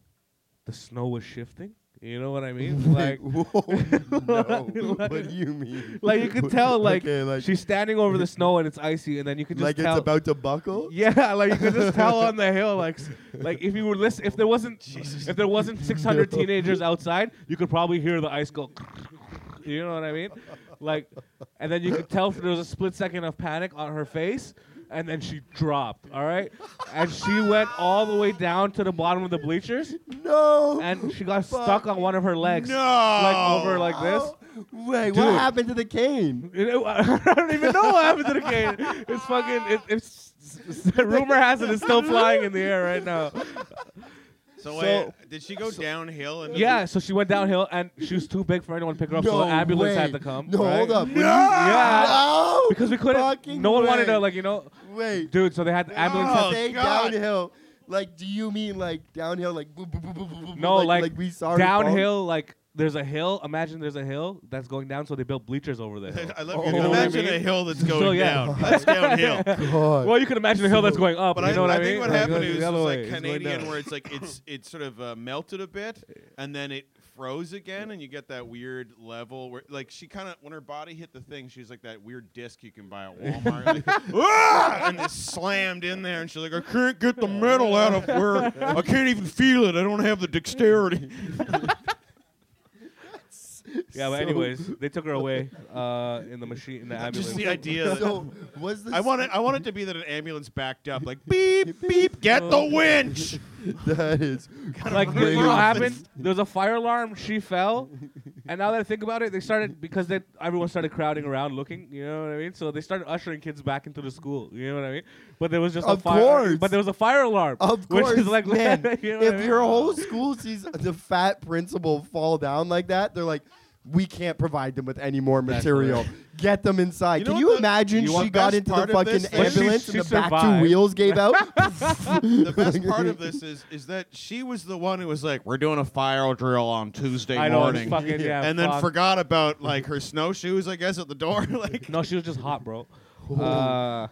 the snow was shifting. You know what I [laughs] mean? [laughs] Like, Whoa, no. Like- what do you mean? like you could [laughs] tell, like, Okay, like she's standing over the snow and it's icy, and then you could just like tell. it's about to buckle. yeah, [laughs] like you could just tell on the hill, like, [laughs] s- like if you were listen, if there wasn't, Jesus. if there [laughs] wasn't 600 teenagers outside, you could probably hear the ice go. [laughs] You know what I mean? Like, and then you could tell there was a split second of panic on her face, and then she dropped. All right, and she went all the way down to the bottom of the bleachers, No. and she got stuck on one of her legs, no, like over like this. [laughs] Wait, what Dude. happened to the cane? [laughs] You know, I don't even know what happened to the cane. It's [laughs] fucking. It, it's Rumor has it it's still flying in the air right [laughs] now. So, So- wait, did she go downhill? And Yeah, so she went downhill and she was too big for anyone to pick her up, so the ambulance had to come. No, right? hold up. No! Yeah. No! Because we couldn't. Fucking No one wanted way. to, like, you know, Wait. dude. So they had the ambulance. Oh, Ambulance say God. downhill. Like, do you mean like downhill? Like, boop, boop, boop, boop, boop, boop, No, like, like we saw her downhill. Like there's a hill. Imagine there's a hill that's going down, so they built bleachers over there. [laughs] [laughs] I love Oh. you. You know what I Imagine mean? a hill that's So, going yeah. down. [laughs] That's downhill. fall? God. well, you can imagine a hill that's going up. But you I, know what I I mean? think what Like, happened the is, other it's way, like it's going Canadian, down. where it's like [laughs] it's it sort of uh, melted a bit, and then it froze again, and you get that weird level where, like, she kind of when her body hit the thing, she's like that weird disc you can buy at Walmart, like, [laughs] "Ah!" and it slammed in there, and she's like, I can't get the metal out of where I can't even feel it. I don't have the dexterity. Yeah, but So- anyways, they took her away uh, in the machine in the ambulance. Just the idea. That So, was this I want it. I want it to be that an ambulance backed up, like beep beep, get [laughs] the winch. [laughs] That is [laughs] like Bring you know it. what happened? There was a fire alarm. She fell, and now that I think about it, they started because then everyone started crowding around looking. You know what I mean? So they started ushering kids back into the school. You know what I mean? But there was just Of a fire. course. But there was a fire alarm. Of which course, is like [laughs] man. you know what I if mean? your whole school sees the fat principal fall down like that, they're like, we can't provide them with any more That's material. Get them inside. You know Can what you the- imagine you she want got best into the part of this? fucking Well, she- ambulance she and the back two survived. wheels [laughs] gave out? [laughs] the best part of this is is that she was the one who was like, "We're doing a fire drill on Tuesday I know, it's morning," fucking, yeah, and then fuck. forgot about like her snowshoes, I guess, at the door. [laughs] like, No, she was just hot, [laughs] bro. Uh,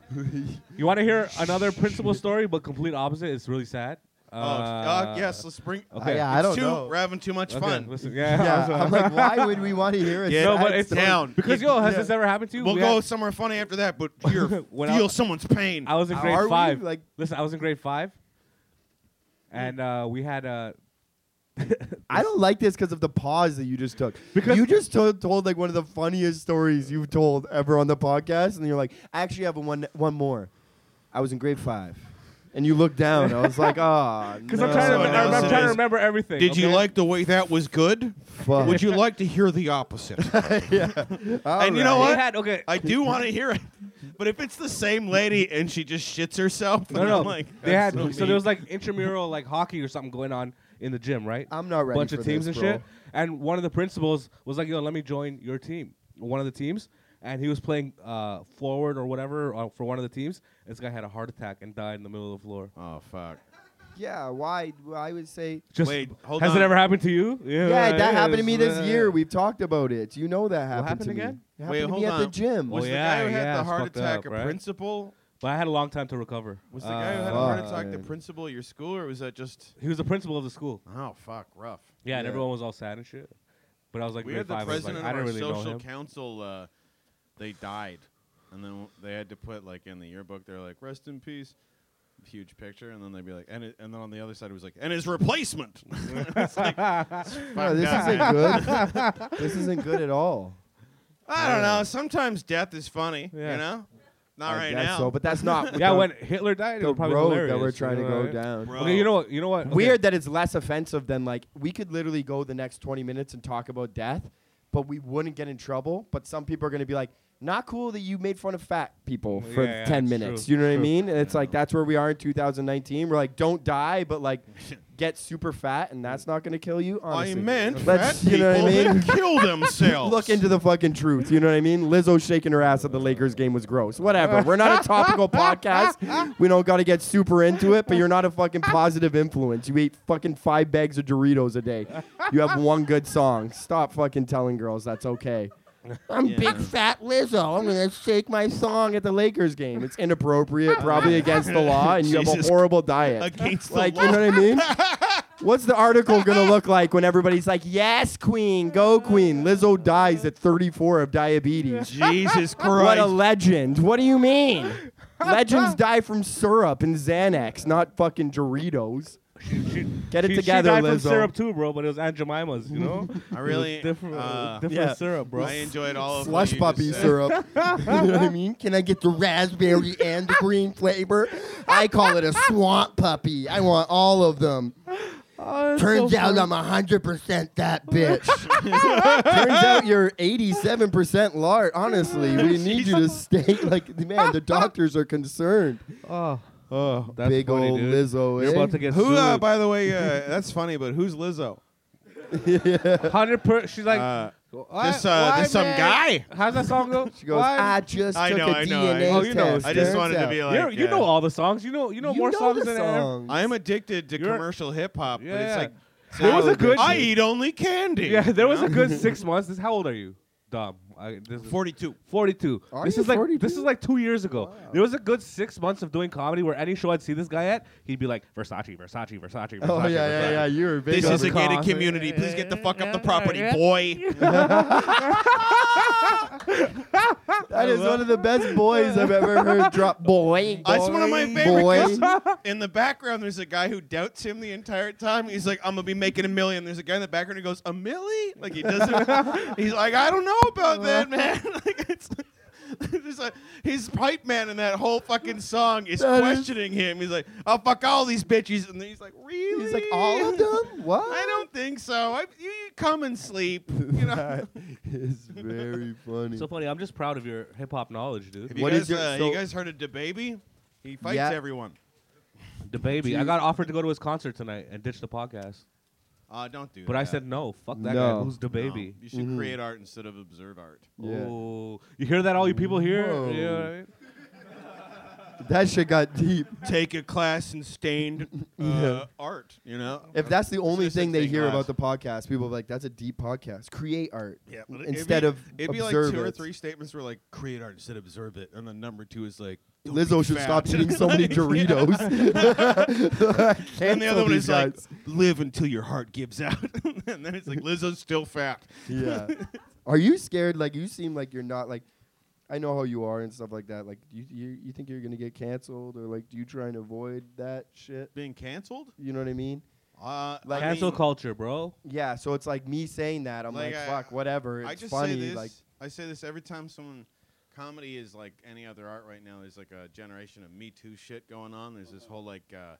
you want to hear another principal story, but complete opposite? It's really sad. oh, uh, yes, let's bring. Okay. Yeah, I It's don't too, know. We're having too much okay, fun. Listen, yeah, [laughs] yeah, I'm I'm sorry. like, why would we want to hear it? Yeah, no, but it's down. because yo, has Yeah. this ever happened to you? We'll We go had- somewhere funny after that, [laughs] but here, When I- feel someone's pain. I was in Are grade we? five. Like- listen, I was in grade five, and uh, we had a. I don't like this because of the pause that you just took. Because- you just told, told like one of the funniest stories you've told ever on the podcast, and you're like, I actually have a one one more. I was in grade five, and you looked down. I was like, ah, Because no. I'm trying to, So remember, now I'm it trying to is- remember everything. Did you okay? like the way that was good? Fuck. Would [laughs] you like to hear the opposite? [laughs] yeah. And you know We what? had okay. [laughs] I do want to hear it, but if it's the same lady and she just shits herself, no, then no. [laughs] I'm like, they that's had so, so, mean. there was like intramural like hockey or something going on in the gym, right? I'm not ready Bunch for of teams this, and shit. And one of the principals was like, "Yo, let me join your team." One of the teams, and he was playing uh, forward or whatever uh, for one of the teams. This guy had a heart attack and died in the middle of the floor. Oh fuck. Yeah, why? I would say. Just Wait, hold has on. it ever happened to you? Yeah, it that happened to is. me this Yeah. year. We've talked about it. You know that happened, happened to me. again? It Wait, happened to hold me at the on. gym. Was Oh, the yeah, guy who had yeah, the it's heart fucked attack up, a right? principal? But I had a long time to recover. Was the guy who had a Uh, heart fuck, attack the man. principal of your school, or was that just? He was the principal of the school. Oh fuck, rough. Yeah, and Yeah. everyone was all sad and shit. But I was like, we grade had the five, I was like, president I of didn't really our know social him. council. Uh, they died, and then w- they had to put like in the yearbook. They're like, "Rest in peace." Huge picture, and then they'd be like, and, it, and then on the other side it was like, and [laughs] his replacement. [laughs] [laughs] It's like, No, fuck this that, isn't man. good. this isn't good at all. I don't know. Sometimes death is funny, Yeah. you know. Not I right guess now. So, but that's [laughs] not. yeah, the, when Hitler died, it the was probably road hilarious, that we're you trying know, to go right? down. Bro. Okay, you know what? You know what? okay. Weird that it's less offensive than like we could literally go the next 20 minutes and talk about death, but we wouldn't get in trouble. But some people are going to be like, not cool that you made fun of fat people for Yeah, yeah, 10 it's minutes. true, You know what I true. mean? And it's like that's where we are in 2019. We're like, don't die, but [laughs] like get super fat, and that's not going to kill you. I Honestly. meant Let's- fat [laughs] you know people what I mean? that [laughs] kill [laughs] themselves. Look into the fucking truth. You know what I mean? Lizzo shaking her ass at the Lakers game was gross. Whatever. We're not a [laughs] topical podcast. We don't got to get super into it, but you're not a fucking positive influence. You eat fucking five bags of Doritos a day. You have one good song. Stop fucking telling girls that's okay. I'm Yeah. big fat Lizzo. I'm going to shake my song at the Lakers game. It's inappropriate, [laughs] probably against the law, and you have a Jesus. horrible diet [laughs] against the like law. you know what I mean? What's the article gonna look like when everybody's like, "Yes, Queen, go Queen." Lizzo dies at 34 of [laughs] diabetes. [laughs] Jesus Christ. What a legend! What do you mean? Legends die from syrup and Xanax, not fucking Doritos. She, she, Get it she, together, she died Lizzo. From syrup too, bro. But it was Aunt Jemima's, you [laughs] know. [laughs] I really It was different, uh, different yeah. syrup, bro. I enjoyed all of what Slush you puppy just said. [laughs] syrup. you know what I mean? Can I get the raspberry and the green flavor? I call it a swamp puppy. I want all of them. Turns out I'm hundred percent [laughs] that bitch. Turns out you're 87% lard. Honestly, [laughs] we need you to stay. Like, man, the doctors are concerned. Oh, Oh, That's big funny, old dude. Lizzo. you're eh? about to get Who, uh, sued. by the way, [laughs] uh, that's funny, but who's Lizzo? Hundred per. She's like, Uh, "Why- this, uh, why, this some man?" guy. How's that song go? [laughs] She goes, Why- I just I took know, a I know, I DNA know. Oh, you know, test. I just Turns wanted to out- be You like, You're- you uh, know all the songs. You know, you know more "Ah, know songs the than I ever. songs. I am addicted to You're- commercial hip hop, but Yeah. it's like There was a How good. I eat only candy. Yeah, there was a You know? [laughs] good six months. This, how old are you, Dom? I, this is 42. 42. Are this you is like this 42? is like two years ago. There was a good six months of doing comedy where any show I'd see this guy at, he'd be like Versace, Versace, Versace, Versace. Oh, yeah, yeah, Versace. yeah. You were big This on is a Kanye. gated community. Please get the fuck up [laughs] the property, boy. That is one of the best boys I've ever heard drop. Boy. That's one of my boy, favorite. boy. 'cause In the background, there's a guy who doubts him the entire time. He's like, "I'm gonna be making a million. There's a guy in the background who goes, "A milli?" Like [laughs] he doesn't. he's like, "I don't know Uh-huh. about that, man." [laughs] like it's. Just like, his pipe man in that whole fucking song is That is- questioning him. He's like, "I'll fuck all these bitches," and he's like, "Really?" He's like, all of them? What? [laughs] I don't think so. I, you, you come and sleep. [laughs] You know. it's very funny. So funny. I'm just proud of your hip hop knowledge, Have dude. you What guys, is your- uh, so- you guys heard of DaBaby? He fights Yeah. everyone. The baby. I got offered to go to his concert tonight and ditch the podcast, Uh, don't do but that. I said no. Fuck that No. guy. Who's the baby? You Mm-hmm. should create art instead of observe art. Yeah. Oh, you hear that? All you people here. Whoa. You know what I mean? That shit got deep. Take a class in stained [laughs] uh, Yeah. art, you know? If that's the only It's just a thing they thing hear about last. the podcast, people are like, that's a deep podcast. Create art. Yeah, but it'd Instead be- of it'd be like observe two or it. three statements were like create art instead of observe it, and then number two is like "Don't Lizzo be should fat." stop eating so many Like, Doritos. [laughs] [laughs] And the other one is like guys. live until your heart gives out, [laughs] and then it's like Lizzo's still fat. yeah. [laughs] Are you scared? Like you seem like you're not like. I know how you are and stuff like that. Like you, you, you think you're gonna get canceled or like do you try and avoid that shit? Being canceled? You know what I mean? Uh, Like- I mean, Cancel culture, bro. Yeah. So it's like me saying that. I'm like, Like, I- fuck, whatever. It's I just funny. say this. Like I say this every time someone. Comedy is like any other art right now. There's like a generation of Me Too shit going on. There's this whole like uh,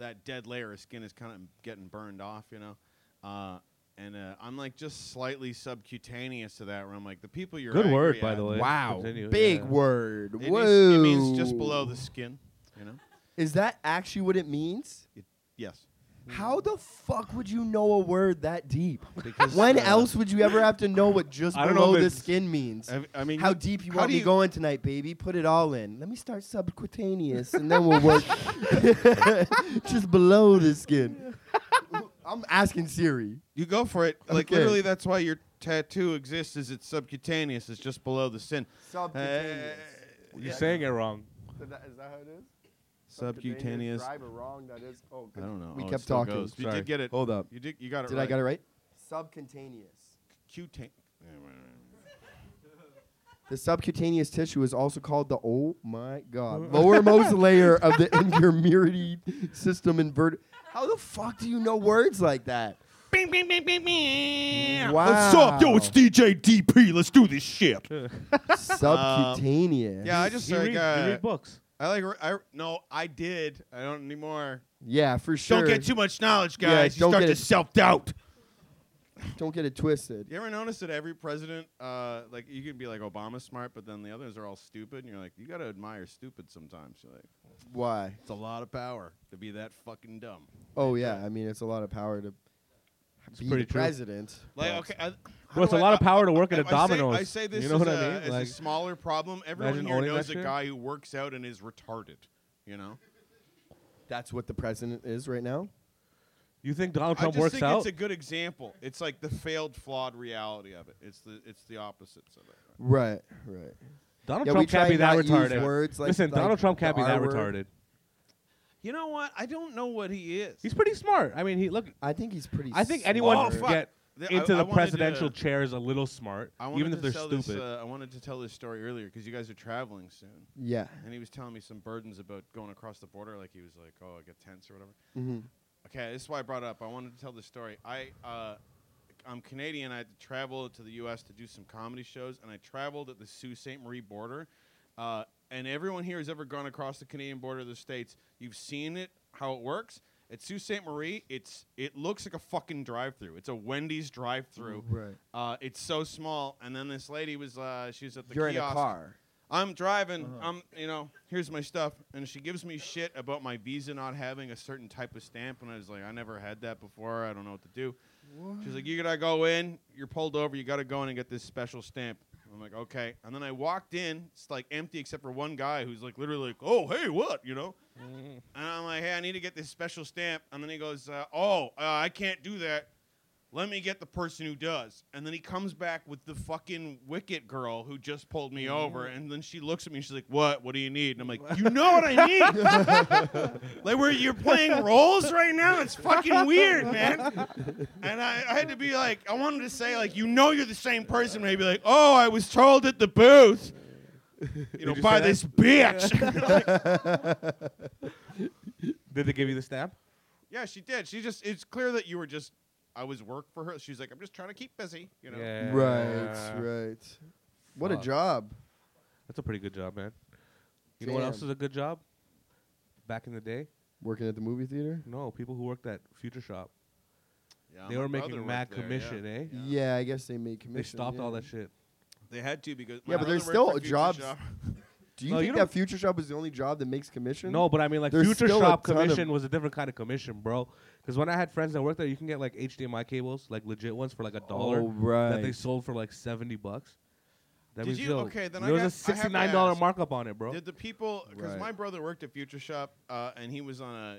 that dead layer of skin is kind of getting burned off, you know. Uh, and uh, I'm like just slightly subcutaneous to that. Where I'm like the people you're Good angry word, by at, the way. wow, Continue, big yeah. word. It, Whoa. means, it means just below the skin, you know. Is that actually what it means? Yes. How Hmm. the fuck would you know a word that [laughs] deep? Because When uh, else would you ever have to know what just I don't below know if the it's- skin means? I, I mean, How you- deep you how want do me you- going tonight, baby? Put it all in. Let me start subcutaneous, and then we'll work [laughs] just below the skin. [laughs] I'm asking Siri. You go for it. Like Okay. literally, that's why your tattoo exists. Is it's subcutaneous? It's just below the skin. Subcutaneous. Uh, You're saying it wrong. is, that, is that how it is? subcutaneous. Right or wrong? That is. Oh, I good. don't know. We Oh, it kept still talking. goes. You Sorry. did get it. Hold up. You did. You got it. Did right. I got it right? Subcutaneous. Cutan- yeah, right, right, The subcutaneous tissue is also called the oh my god lowermost [laughs] layer of the integumentary system inverted. How the fuck do you know words like that? right. Bing, bing, bing, bing, bing. Wow. What's up, yo? It's DJ DP. Let's do this [laughs] shit. Subcutaneous. Yeah, I just you, like. read, you uh, read books. I like. re- I no, I did. I don't anymore. Yeah, for sure. Don't get too much knowledge, Yeah, guys. you don't start get to it- self doubt. Don't get it twisted. You ever notice that every president, uh, like you can be like Obama's smart, but then the others are all stupid, and you're like, you gotta admire stupid sometimes. You're like, Why? it's a lot of power to be that fucking dumb. Oh yeah, I mean it's a lot of power to be pretty the true. president. Like, but- okay, I, Well, it's a a lot of power to work at I a Domino's. Say, I say this you know as, what a, I mean? as Like, a smaller problem. Everyone imagine here owning knows that a shit. guy who works out and is retarded. You know, that's what the president is right now. you think Donald I Trump just works think out? it's a good example. It's like the failed, flawed reality of it. It's the it's the opposites of it. Right, right. Donald Yeah, we Trump try can't be that not use retarded. words like- Listen, like Donald Trump can't the be that R word. retarded. You know what? I don't know what he is. He's pretty smart. I mean, he look. I think he's pretty. I think anyone Oh, who fuck. get The- I- into the I wanted to- presidential chair is a little smart, I wanted even to if they're tell stupid. This, uh, I wanted to tell this story earlier because you guys are traveling soon, Yeah. and he was telling me some burdens about going across the border. Like he was like, "Oh, I get tense or whatever." Mm-hmm. hmm Okay, this is why I brought it up. I wanted to tell the story. I, uh, I'm Canadian. I had to travel to the U.S. to do some comedy shows, and I traveled at the Sault Ste. Marie border. Uh, and everyone here has ever gone across the Canadian border of the states. You've seen it, how it works. At Sault Ste. Marie, it's it looks like a fucking drive-through. It's a Wendy's drive-through. Mm-hmm. Right. Uh, it's so small. And then this lady was uh, she was at the You're in kiosk. a car. I'm driving. Uh-huh. I'm, you know, here's my stuff. And she gives me shit about my visa not having a certain type of stamp. And I was like, I never had that before. I don't know what to do. She's like, you gotta go in. You're pulled over. You gotta go in and get this special stamp. I'm like, okay. And then I walked in. It's like empty except for one guy who's like literally like, oh hey, what? You know. and I'm like, hey, I need to get this special stamp. And then he goes, uh, oh, uh, I can't do that. Let me get the person who does. And then he comes back with the fucking wicket girl who just pulled me over. And then she looks at me and she's like, What? What do you need? And I'm like, You know what I need. like, where you're playing roles right now? It's fucking weird, man. And I, I had to be like, I wanted to say, like, you know you're the same person. Maybe like, Oh, I was told at the booth, you know, you by say this bitch. Did they give you the stamp? yeah, she did. She just, it's clear that you were just, I was work for her. She's like, I'm just trying to keep busy, you know. Right, right. What a Fuck. job. That's a pretty good job, man. You know what else Damn. is a good job? Back in the day, Working at the movie theater? no people who worked at Future Shop, Yeah, they my were brother making mad worked there, yeah. commission, eh? Yeah. I guess they made commission. They stopped yeah. all that shit. They had to because Yeah, but there's still jobs- Do you No, you think don't- that Future Shop is the only job that makes commission? No, but I mean, like There's Future still a Shop ton of- commission was a different kind of commission, bro. Because when I had friends that worked there, you can get like HDMI cables, like legit ones for like a dollar Oh, right. that they sold for like seventy bucks. That Did means you- yo, okay, then I there was a got- I have to sixty-nine dollar ask. markup on it, bro. [laughs] Did the people? Because Right. my brother worked at Future Shop, uh, and he was on a.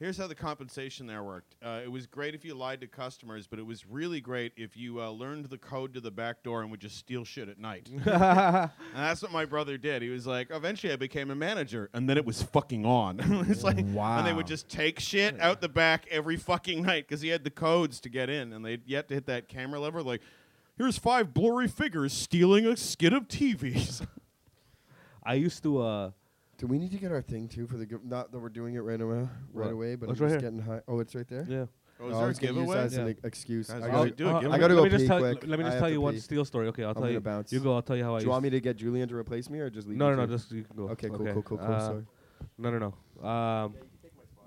Here's how the compensation there worked. Uh, it was great if you lied to customers, but it was really great if you uh, learned the code to the back door and would just steal shit [laughs] at night. and that's what my brother did. He was like, eventually I became a manager, and then it was fucking on. [laughs] it's like, and they Wow. would just take shit out the back every fucking night because he had the codes to get in, and they would yet to hit that camera lever. Like, here's five blurry figures stealing a skid of [laughs] Oh, TVs. Oh, I used to. uh Do we need to get our thing too for the gov- not that we're doing it right away, right What? away, but Oh, it's I'm right just here. getting high. Oh, it's right there. Yeah. uh, Oh, No, I was gonna use that as an e- excuse. Guys, I I'll gotta- do it. Give I me- gotta let go me just pee tell, quick. Let me I just have tell to you one pee. steel story. Okay, I'll tell gonna you. bounce. You go. I'll tell you how I. Do you want used me to get Julian to replace me or just leave? No, you no, no. two? Just you can go. Okay, cool, cool, cool, cool. Uh, sorry. No, no, no. Um,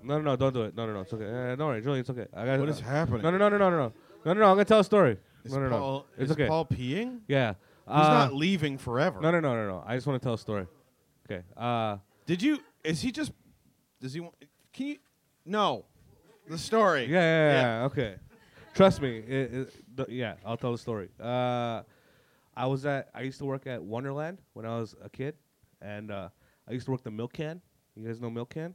no, no, no. Don't do it. No, no, no. It's okay. Uh, don't worry, Julian. It's okay. I got. uh, What is happening? No, no, no, no, no, no, no, no, no, no. I'm gonna tell a story. Is no, no, no. Paul, it's is okay. Paul peeing? He's yeah. Uh, not leaving forever. no, no, no, no, no. I just want to tell a story. Okay. Uh, Did you? Is he just? Does he? wa- Can you? No. The story. yeah, yeah, yeah, yeah. Okay. Trust me. It, it, th- yeah, I'll tell the story. Uh, I was at. I used to work at Wonderland when I was a kid, and uh, I used to work the milk can. You guys know milk can.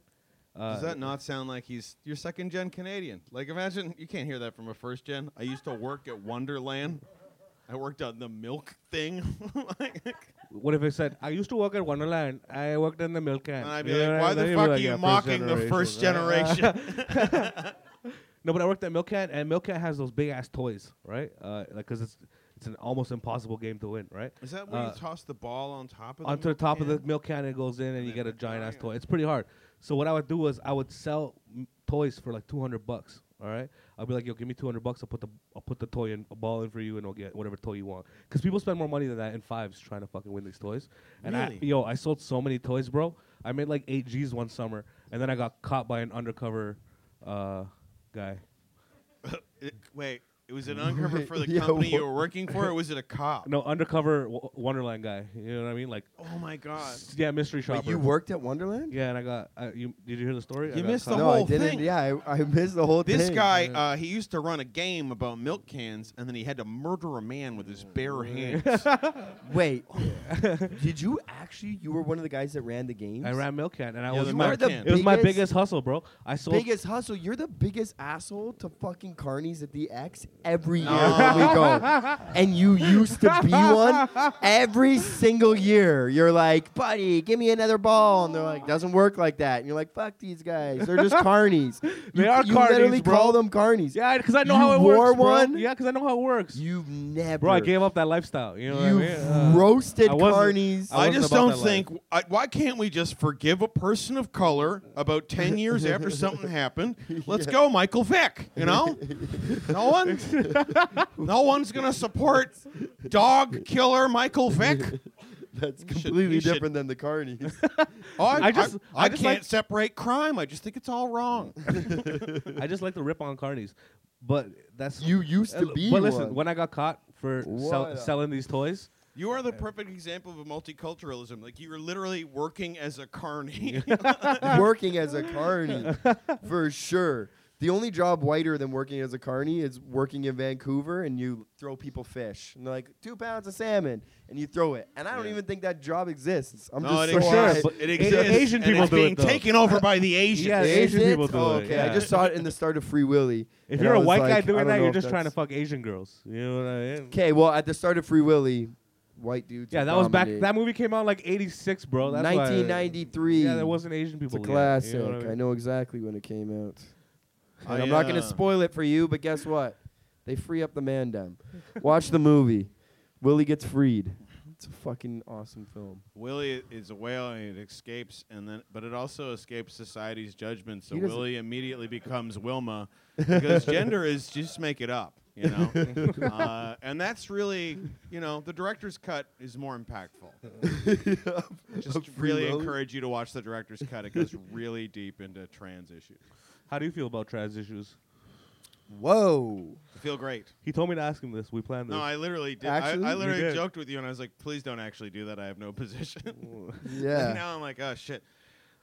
Uh, Does that not sound like he's your second gen Canadian? Like imagine you can't hear that from a first gen. I used to work at Wonderland. I worked on the milk thing. [laughs] Like- What if I said, I used to work at Wonderland. I worked in the milk can. and I'd be Yeah, like, why then you'd the be fuck like, are you "Yeah, first mocking the generation, first right?" [laughs] generation? No, but I worked at Milk Cat, and Milk Cat has those big ass toys, right? Uh, like, cause it's it's an almost impossible game to win, right? is that where Uh, you toss the ball on top of the onto the milk top of can? the milk can it goes in and you then get a the giant ass giant. toy. It's pretty hard. So what I would do is I would sell m- toys for like 200 bucks, all right? I'll be like, "Yo, give me 200 bucks. I'll put the I'll put the toy in a ball in for you and I'll get whatever toy you want." Cuz people spend more money than that in fives trying to fucking win these toys. And I, Really? yo, I sold so many toys, bro. I made like 8 Gs one summer and then I got caught by an undercover uh guy. It- wait, it [laughs] was an uncover for the Yeah, company you wha- were working for, or was it a cop? No, undercover w- Wonderland guy. You know what I mean? Like Oh my god. s- yeah, mystery shopper. Wait, you worked at Wonderland? Yeah, and I got uh, you did you hear the story? I You got missed the caught. no, I whole didn't. thing. Yeah, I, I missed the whole This thing. guy, uh, he used to run a game about milk cans, and then he had to murder a man with his bare hands. Wait, [laughs] did you actually? You were one of the guys that ran the games. I ran milk can, and I Yeah, was the my, milk can. it was my biggest- biggest hustle, bro. I sold. biggest hustle. You're the biggest asshole to fucking carnies at the X every year Oh. No. when we [laughs] go. And you used to be one every single year. You're like, buddy, give me another ball. And they're like, doesn't work like that. And you're like, fuck these guys. They're [laughs] just carnies. They you, are you carnies, literally bro. call them carnies. yeah, because I know You how it wore works. bro. one? Yeah, because I know how it works, You've never. bro. I gave up that lifestyle. You know You've what I mean? Uh, roasted I wasn't- carnies. I I wasn't just about don't that think. I, why can't we just forgive a person of color about ten years [laughs] after something happened? Let's go, Michael Vick. You know, no one, no one's gonna support dog killer Michael Vick. That's You should- completely you should- different than the carnies. [laughs] Oh, I, I just- I, I just can't like- separate crime. I just think it's all wrong. [laughs] I just like to rip on carnies, but that's you used to Uh, be But listen, one. when I got caught for What sell, a- selling these toys, You are the perfect example of a multiculturalism. Like you were literally working as a carny. [laughs] working as a carny for sure. The only job whiter than working as a carny is working in Vancouver and you throw people fish. And they're like, two pounds of salmon, and you throw it. And I don't Yeah. even think that job exists. I'm [laughs] No, just so it For high- exists. sure, but it A- exists. Asian and people it's do it, being though. taken over by the Asians. Yeah, Is Asian it? people do oh, it, Okay, I yeah. just saw it in the start of Free Willy. if and you're I a was white like, guy I doing don't that, know you're if just trying to that's- fuck Asian girls. You know what I mean? Okay, well, at the start of Free Willy, white dudes. yeah, would that was back. dominate. That movie came out like '86, bro. That's why- 1993. Yeah, there wasn't Asian It's people. a yet, classic. you know what I mean? know exactly when it came out. I, And I'm not going uh, to spoil it for you, but guess what? They free up the man down. Watch the movie. Willie gets freed. It's a fucking awesome film. Willie is a whale and it escapes, and then but it also escapes society's judgment. So He doesn't- Willie immediately becomes Wilma [laughs] because gender is just make it up, you know. uh, and that's really, you know, the director's cut is more [laughs] impactful. Just really encourage you to watch the director's cut. It [laughs] goes really deep into trans issues. How do you feel about trans issues? Whoa. I feel great. He told me to ask him this. We planned this. No, I literally did. I, Actually? I You literally did. joked with you, and I was like, "Please don't actually do that. I have no position." [laughs] And Yeah. now I'm like, "Oh shit,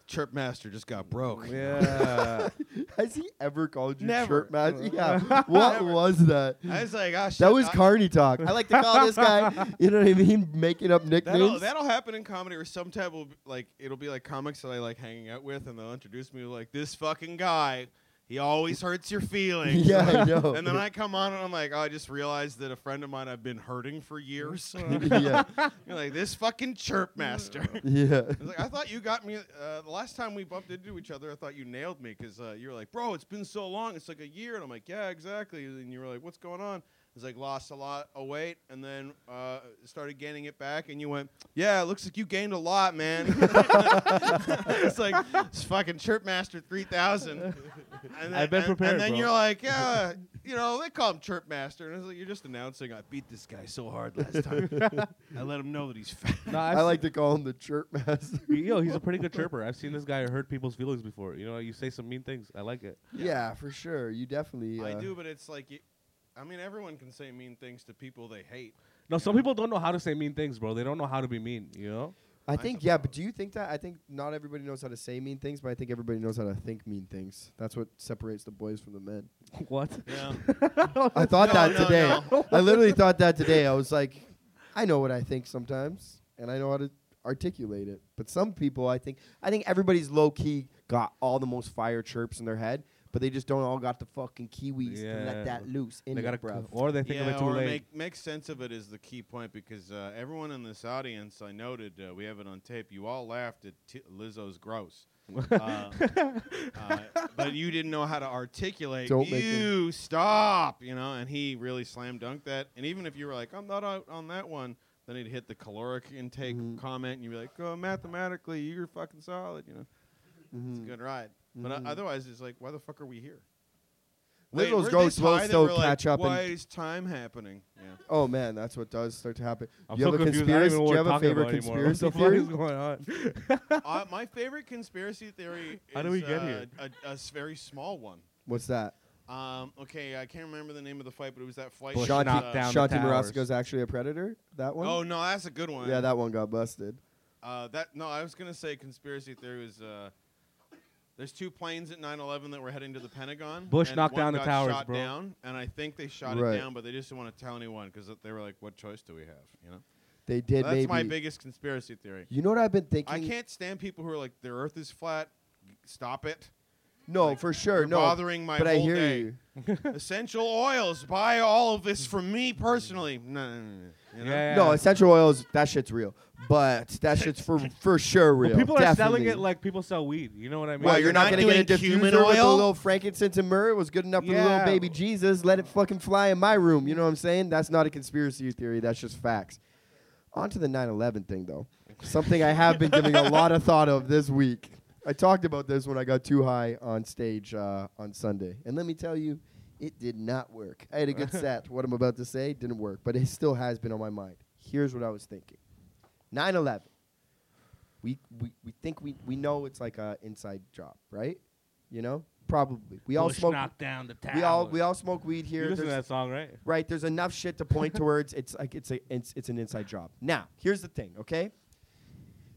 Chirp Master just got broke." yeah. Has he ever called you Never. shirt mask? [laughs] Yeah. what was that? I was like, "Oh shit." That was [laughs] I- carny talk. I like to call this guy, [laughs] you know what I mean, making up nicknames. That'll, that'll happen in comedy, or sometime will be, like it'll be like comics that I like hanging out with, and they'll introduce me like this fucking guy. He always hurts your [laughs] feelings. yeah, [laughs] I know. And then I come on and I'm like, oh, I just realized that a friend of mine I've been hurting for years. [laughs] [laughs] yeah. You're like this fucking chirp master. Yeah. I was like, I thought you got me. Uh, the last time we bumped into each other, I thought you nailed me because uh, you were like, bro, it's been so long. It's like a year. And I'm like, yeah, exactly. And you were like, what's going on? I was like, lost a lot of weight and then uh, started gaining it back. And you went, yeah, it looks like you gained a lot, man. [laughs] it's like, it's fucking Chirp Master 3000. And then, I've been and, prepared, And then bro. [laughs] you're like, yeah, you know, they call him Chirp Master. And it's like, you're just announcing, I beat this guy so hard last time. [laughs] I let him know that he's fat. no, I've I like to call him the chirp master. seen- [laughs] Yo, he's a pretty good chirper. I've seen this guy hurt people's feelings before. You know, you say some mean things. I like it. Yeah, for sure. You definitely. Uh, I do, but it's like, y I I mean, everyone can say mean things to people they hate. No, some people don't know how to say mean things, bro. They don't know how to be mean. You know? [laughs] I I think yeah, but do you think that I think not everybody knows how to say mean things, but I think everybody knows how to think mean things. That's what separates the boys from the men. what? [laughs] Yeah. [laughs] I thought No, that no, today. [laughs] I literally thought that today. I was like, I know what I think sometimes, and I know how to articulate it. But some people, I think, I think everybody's low key got all the most fire chirps in their head, but they just don't all got the fucking kiwis to Yeah. let that loose in they it, gotta, bro. or they think of yeah, it too or late. make make sense of it is the key point because uh, everyone in this audience, I noted, uh, we have it on tape. You all laughed at t- Lizzo's [laughs] gross, uh, uh, but you didn't know how to articulate. Don't make you stop, you know. And he really slam dunked that. And even if you were like, I'm not out on that one, then he'd hit the caloric intake Mhm. comment, and you'd be like, oh, mathematically, you're fucking solid, you know. It's a Mhm. good ride. But uh, Mm-hmm. Mhm. otherwise, it's like, why the fuck are we here? Let Wait, those weren't go they slow tied that still we're like, catch up and- Why is time happening? Yeah. [laughs] Oh man, that's what does start to happen. I'm you so have a confused. I don't conspiracy? even know Do what you have we're a talking favorite about anymore. [laughs] What conspiracy the fuck theory? is going on? uh, my favorite conspiracy theory is How do we get uh, here? A, a s- very small one. What's that? Um, okay, I can't remember the name of the flight, but it was that flight. Bush that was, knocked uh, down the Shanti towers. Marasco's actually a predator. That one. Oh no, that's a good one. yeah, that one got busted. Uh, that no, I was gonna say conspiracy theory was. Uh, there's two planes at 9/11 that were heading to the Pentagon. Bush and knocked one down the got towers, shot bro. Down, and I think they shot Right. it down, but they just didn't want to tell anyone because they were like, "What choice do we have?" You know. They did. That's maybe. my biggest conspiracy theory. You know what I've been thinking? I can't stand people who are like, "The Earth is flat." Stop it. No, like, for sure. you're no, bothering my but I whole hear day. you. [laughs] [laughs] essential oils. Buy all of this from me personally. No, no, no, no, no. You know? Yeah. No, essential oils. That shit's real, but that shit's for for sure real. Well, people are selling definitely. it like people sell weed. You know what I mean? Well, Well, you're, you're not, not gonna get a doing diffuser cumin with a oil? little frankincense and myrrh. It was good enough for the little Yeah. baby Jesus. Let it fucking fly in my room. You know what I'm saying? That's not a conspiracy theory. That's just facts. On to the 9/11 thing, though. Something I have been giving a lot of thought of this week. I talked about this when I got too high on stage uh, on Sunday, and let me tell you, it did not work. I had a good set. What I'm about to say didn't work, but it still has been on my mind. Here's what I was thinking. 9 11. We, we, we think we, we know it's like a inside job, right? You know? Probably. We all Bush smoke. knocked down the tower. We all we all smoke weed You here. listen to There's- that song, right? right? There's enough shit to point towards. It's like it's a it's, it's an inside job. Now, here's the thing, okay?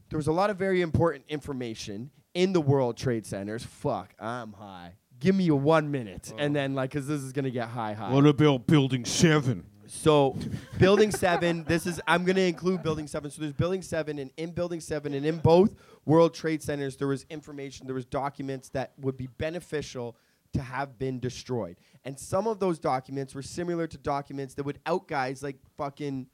There was a lot of very important information in the World Trade Centers. Fuck, I'm high. Give me a one minute, and then like, cause this is gonna get high, high. about Building 7? So, building seven. This is I'm going to include building seven. So there's building seven, and in building seven, and in both World Trade Centers, there was information, there was documents that would be beneficial to have been destroyed, and some of those documents were similar to documents that would out guys like fucking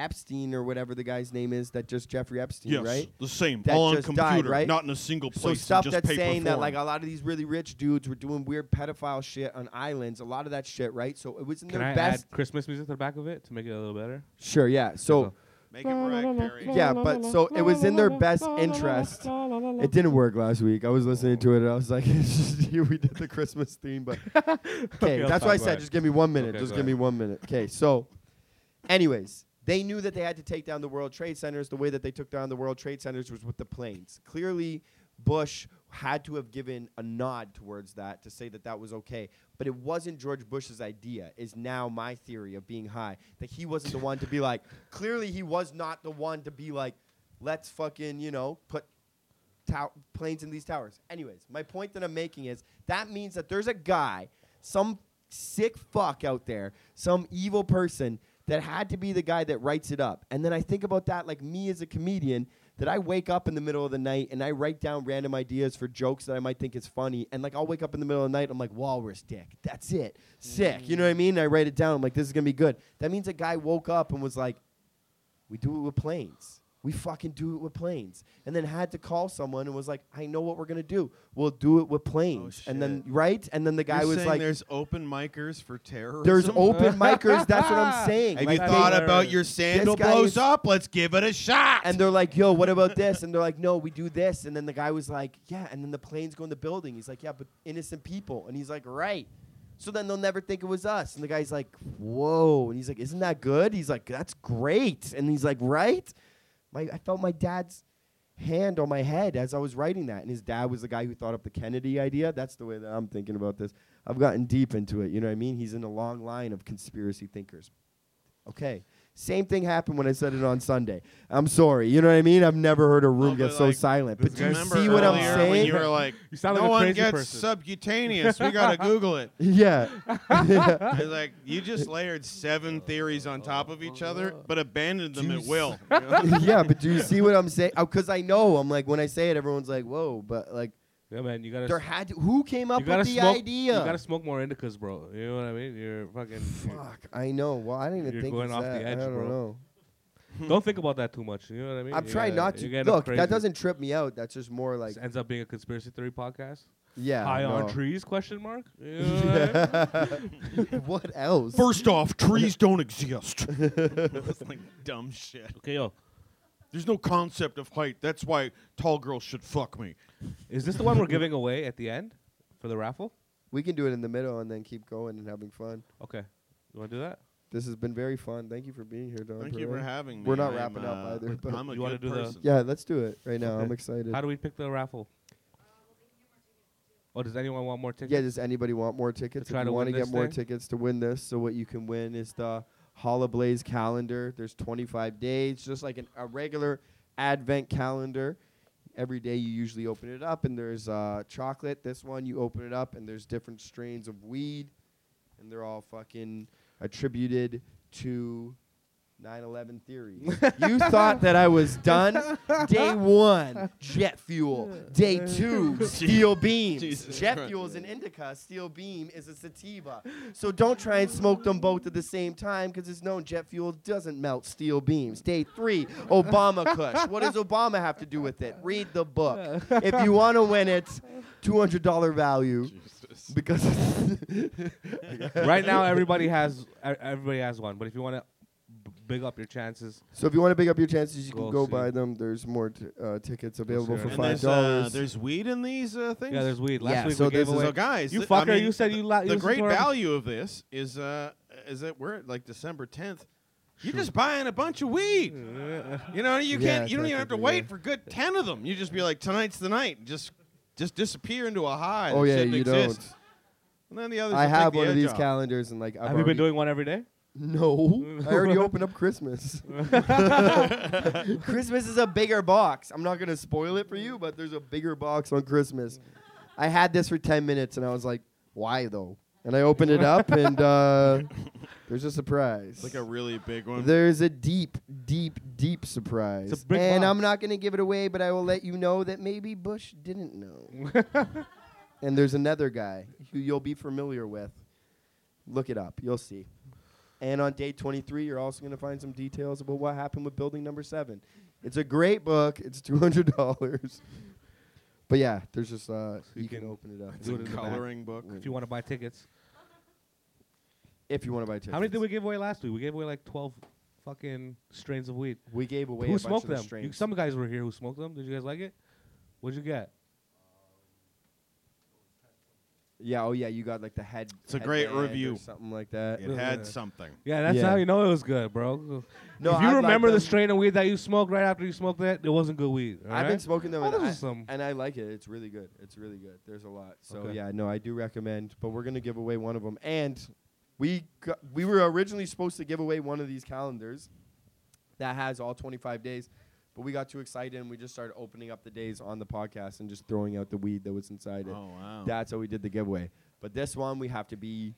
Epstein or whatever the guy's name is that just Jeffrey Epstein, Yes, right? the same. That all on just computer, died, right? not in a single place. So in stuff just that's paper saying that form. like a lot of these really rich dudes were doing weird pedophile shit on islands, a lot of that shit, right? So it was in Can their I best. add Christmas music to the back of it to make it a little better? Sure, yeah. So. Make it Mariah Carey. Yeah, but so it was in their best interest. It didn't work last week. I was listening to it and I was like, [laughs] it's just, we did the Christmas [laughs] theme, but okay, I'll that's why I talk said about it. just give me one minute. Okay, just go give me ahead. one minute. Okay, so, anyways, they knew that they had to take down the World Trade Centers. The way that they took down the World Trade Centers was with the planes. Clearly, Bush had to have given a nod towards that to say that that was okay. But it wasn't George Bush's idea. Is now my theory of being high that he wasn't the one to be like. Clearly, he was not the one to be like, let's fucking you know put tow- planes in these towers. Anyways, my point that I'm making is that means that there's a guy, some sick fuck out there, some evil person that had to be the guy that writes it up. And then I think about that like me as a comedian that I wake up in the middle of the night and I write down random ideas for jokes that I might think is funny. And like I'll wake up in the middle of the night, I'm like, walrus dick. That's it. Sick. You know what I mean? I write it down. I'm like, this is gonna be good. That means a guy woke up and was like, we do it with planes. We fucking do it with planes. And then had to call someone and was like, I know what we're gonna do. We'll do it with planes. and then shit. right? And then the guy You're was saying like there's open micers for terrorism. There's [laughs] open micers, that's what I'm saying. Have Like, you they- thought Tyler, about your sandal guy blows is- up? Let's give it a shot. and they're like, yo, what about this? And they're like, no, we do this. And then the guy was like, yeah. And then the planes go in the building. He's like, yeah, but innocent people. And he's like, right. So then they'll never think it was us. And the guy's like, whoa. And he's like, isn't that good? He's like, that's great. And he's like, right. My, I felt my dad's hand on my head as I was writing that. And his dad was the guy who thought up the Kennedy idea. That's the way that I'm thinking about this. I've gotten deep into it. You know what I mean? He's in a long line of conspiracy thinkers. Okay. Same thing happened when I said it on Sunday. I'm sorry. You know what I mean? I've never heard a room Oh, get but, so like, silent. But do you Remember see what I'm earlier When you saying? were like, You sound no like a one crazy gets person." subcutaneous. we [laughs] gotta Google it. [laughs] Yeah. [laughs] It's like you just layered seven theories on top of each other, but abandoned them at Juice. will. yeah, but do you see what I'm saying? Because I know. I'm like, when I say it, everyone's like, whoa. But, like, Yeah, man, you gotta. there s- had to, who came up you gotta with the smoke, idea? You gotta smoke more indicas, bro. You know what I mean? You're [sighs] fucking. Fuck, I know. Well, I didn't even You're think going it's off that. the edge, I don't bro. know. Don't think about that too much. You know what I mean? I'm You trying gotta- not you to. gotta Look, crazy- that doesn't trip me out. That's just more like, This ends up being a conspiracy theory podcast. yeah. High on no. [laughs] trees? Question mark. You know what I mean? what else? [laughs] First off, trees don't exist. It's like dumb shit. Okay, yo, There's no concept of height. That's why tall girls should fuck me. is this the one we're giving away at the end for the raffle? We can do it in the middle and then keep going and having fun. Okay, you want to do that? This has been very fun. Thank you for being here, Don. Thank you for Perez. having me. We're not I'm, wrapping up uh, either, but- I'm a You wanna good do the- person. Yeah, let's do it right now. I'm Okay. excited. How do we pick the raffle? Oh, does anyone want more tickets? yeah, does anybody want more tickets? try if you to want to win get this more thing? tickets to win this, so what you can win is the Holoblaze calendar. There's 25 days, just like an, a regular advent calendar. Every day you usually open it up, and there's uh, chocolate. This one you open it up, and there's different strains of weed, and they're all fucking attributed to 9/11 [laughs] theories. you thought that I was done. Day one, jet fuel. Day [laughs] two, steel beams. Jesus jet Christ. fuel is an indica. Steel beam is a sativa. So don't try and smoke them both at the same time because it's known jet fuel doesn't melt steel beams. Day three, Obama Kush. What does Obama have to do with it? Read the book. If you want to win it, two hundred dollar value because [laughs] [laughs] right now, everybody has e- everybody has one. But if you want to b- big up your chances, So if you want to pick up your chances, you can Go go see. buy them. There's more t- uh, tickets available see for her. And five there's, uh, dollars. there's weed in these uh, things. yeah, there's weed. Last Yeah, week so we gave this is "Oh, away. So guys, you th- I fucker, mean, you said you li- you the listened great to our- value of this is uh, is that we're at like December 10th. You're just buying a bunch of weed. [laughs] You know, you Yeah, can't. You don't even have to technically, wait yeah. for good ten of them. You just be like, tonight's the night. Just, just disappear into a high. Oh that yeah, shouldn't you exist. don't. And then the others. I will have take the one of edge these off. calendars and like I've Have you been already- doing one every day? No, [laughs] I already opened up Christmas. Christmas is a bigger box. I'm not gonna spoil it for you, but there's a bigger box on Christmas. I had this for ten minutes and I was like, why though? And I opened it up and uh, there's a surprise. It's like a really big one. There's a deep, deep, deep surprise. It's a big and box. I'm not going to give it away, but I will let you know that maybe Bush didn't [laughs] know. and there's another guy who you'll be familiar with. Look it up, you'll see. And on day 23, you're also going to find some details about what happened with building number seven. It's a great book, it's $200. But yeah, there's just uh, you you, can, can open it up it's a coloring book. If you want to buy tickets, if you want to buy tickets. how many did we give away last week? We gave away like twelve fucking strains of weed. We gave away. a who bunch smoked of the them? You, strains. some guys were here who smoked them. Did you guys like it? What'd you get? Yeah. Oh, yeah. You got like the head. It's a great headband or review. something like that. It [laughs] had something. Yeah, that's Yeah. how you know it was good, bro. [laughs] No, if you I'd like remember the them- strain of weed that you smoked right after you smoked that, it wasn't good weed. I've been alright? smoking Oh, them, and, those are I, some- and I like it. It's really good. It's really good. There's a lot. So Okay. yeah, no, I do recommend. But we're gonna give away one of them, and we got, we were originally supposed to give away one of these calendars that has all 25 days, but we got too excited and we just started opening up the days on the podcast and just throwing out the weed that was inside it. Oh wow. That's how we did the giveaway. But this one, we have to be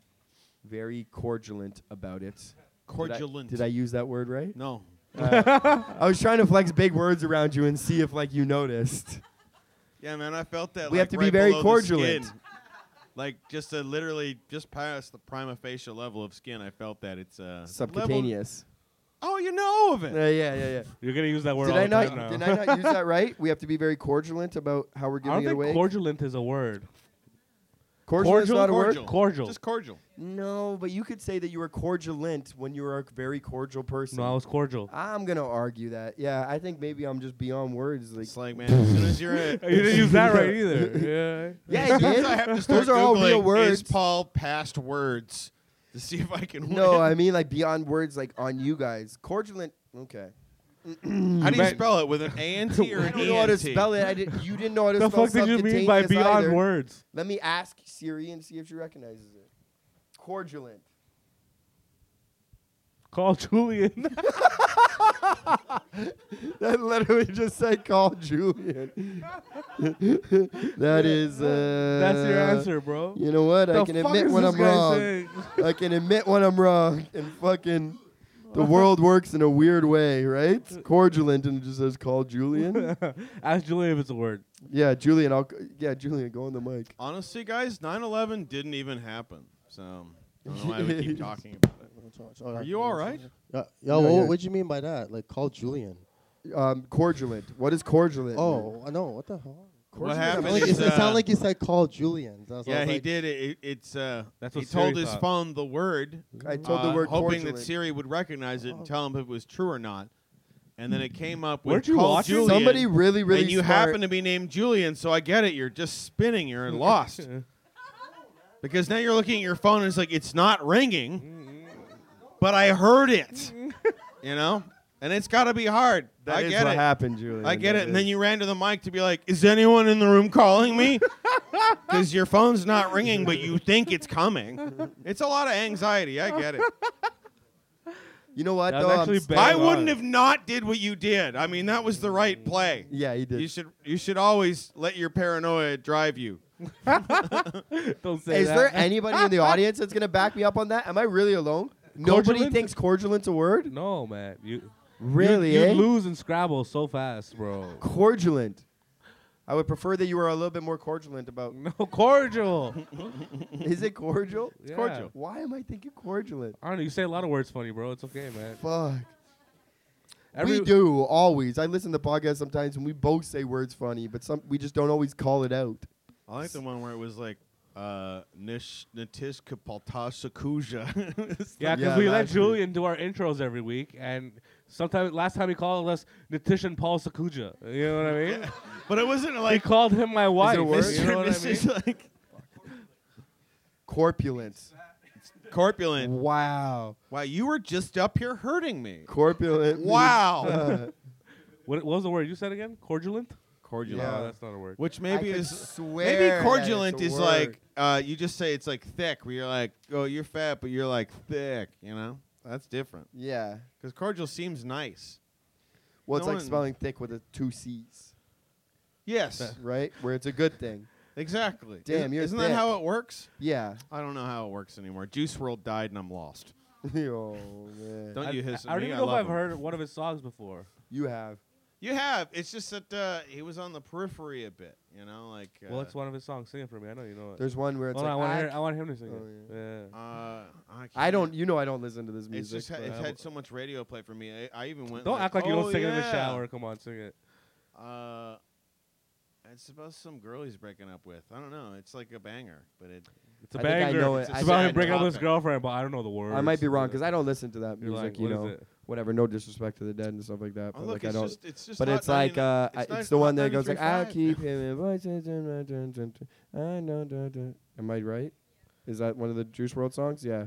very cordialant about it. Did I- Cordulant. Did I, use that word right? No. I was trying to flex big words around you and see if like you noticed. Yeah, man, I felt that. We have like, to be right very below the skin. cordialant. Like just to literally just past the prima facie level of skin, I felt that it's uh Subcutaneous. level- Oh, you know of Uh, it. yeah, yeah, yeah. You're gonna use that word. Did all I the not? time now. Did I not use that right? We have to be very cordialant about how we're I giving don't it think away. cordialant is a word. Cordialant's cordial- not a cordial. word. Cordial. Just cordial. No, but you could say that you were cordialant when you were a very cordial person. No, I was cordial. I'm gonna argue that. Yeah, I think maybe I'm just beyond words. Like, It's like man, as [laughs] soon as you're [laughs] at you didn't use that right either. Yeah. [laughs] yeah, I As soon did. as I have to start Those are all Googling, real Is words. Paul past words to see if I can No, win? I mean like beyond words, like on you guys. Cordialant. Okay. How do you Man. spell it with an A and T or [laughs] I an don't E know how and to T? spell it. I did. You didn't know how to The spell fuck did you mean by subcutaneous beyond either. words? Let me ask Siri and see if she recognizes it. Cordialant. Call Julian. [laughs] [laughs] That literally just said call Julian. [laughs] that is. Uh, That's your answer, bro. You know what? I The can fuck admit is when this I'm guy wrong. saying? [laughs] I can admit when I'm wrong. And fucking. The world works in a weird way, right? Cordialant and it just says [laughs] call Julian. Ask Julian if it's a word. yeah, Julian. I'll. c- Yeah, Julian. Go on the mic. Honestly, guys, 9/11 didn't even happen. So I don't know why we [laughs] keep talking about it. Are you all right? Yeah, yo, Yeah, wha- yeah. what do you mean by that? Like, call Julian. Um, cordialant. What is cordialant? Oh, I know. What the hell? What It happened? sounded like, is, it sounded uh, like you said call Julian. That's what I yeah, was he like, did it. it it's uh, That's he what Siri told his thought. phone the word. I told uh, the word Oh. hoping cordialant. that Siri would recognize it and tell him if it was true or not. And then it came up with Weren't you call watching? Julian. Somebody really, really and you smart. happen to be named Julian, so I get it. You're just [laughs] spinning. You're lost because now you're looking at your phone and it's like it's not ringing, but I [laughs] heard it. you know, and it's got to be hard. That I is get what it. happened, Julian. I get That it. And then is- you ran to the mic to be like, is anyone in the room calling me? Because your phone's not ringing, but you think it's coming. It's a lot of anxiety. I get it. You know what? That Though, was I'm actually s- bad. I on. wouldn't have not did what you did. I mean, that was the right play. Yeah, he did. You should you should always let your paranoia drive you. Don't say is that. [laughs] [laughs] there anybody in the audience that's gonna back me up on that? Am I really alone? Nobody Cordialant? thinks cordialant's a word. no, man. You Really? You, you eh? lose in Scrabble so fast, bro. Cordialant. I would prefer that you were a little bit more cordialant [laughs] [laughs] about. No cordial. is it cordial? It's cordial. Why am I thinking cordialant? I don't know. You say a lot of words funny, bro. It's okay, man. Fuck. Every- we do always. I listen to podcasts sometimes, and we both say words funny, but some we just don't always call it out. I like the one where it was like uh Nish Natish Kapaltasakuja. Yeah, because Yeah, we let last week. Julian do our intros every week, and sometimes last time he called us Natishan Paul Sakuja. You know what I [laughs] mean? [laughs] but it wasn't He like called him my wife. word? You know what I mean? Natish, like Corpulent. Corpulent. Wow. Wow, you were just up here hurting me. Corpulent. Wow. Uh, What, what was the word you said again? Cordialant? Cordial. Yeah. No, that's not a word. Which maybe I could is swear maybe that cordialent it's a is word. like uh, you just say it's like thick, where you're like, oh, you're fat, but you're like thick. You know, that's different. Yeah. Because cordial seems nice. Well, it's No like one- spelling thick with a two C's, Yes, right? Where it's a good thing. exactly. Damn, Isn't- you're isn't thick. that how it works? Yeah. I don't know how it works anymore. Juice World died, and I'm lost. [laughs] oh man, Don't I, you hiss at I, I don't me, even know if love I've him. heard one of his songs before. you have. You have. It's just that uh, he was on the periphery a bit. You know, like. Uh, Well, it's one of his songs. Sing it for me. I know you know it. There's one where it's Hold on, I like want, to hear, I, I want him to sing Oh, it. Yeah. uh, I, can't- I don't. You know, I don't listen to this It's music. just ha- but- it's I had will- so much radio play for me. I, I even went. Don't act like you don't "Oh, sing it in the yeah." shower. Come on, sing it. Uh, it's about some girl he's breaking up with. I don't know. It's like a banger, but it. It's a I think I banger. know it. It's I about think him I breaking up know with his it. girlfriend, but I don't know the words. I might be wrong Yeah. because I don't listen to that You're music. like, you what is know, it? whatever. No disrespect to the dead and stuff like that. but Oh, look, like I it's don't. just it's just. But Hot it's like 99 uh, I- it's, it's, not the Hot one that goes like "Ah, I 93.5. keep him. in voices in my dun- dun- dun. I know. dun- dun. Am I right? Is that one of the Juice World songs? Yeah.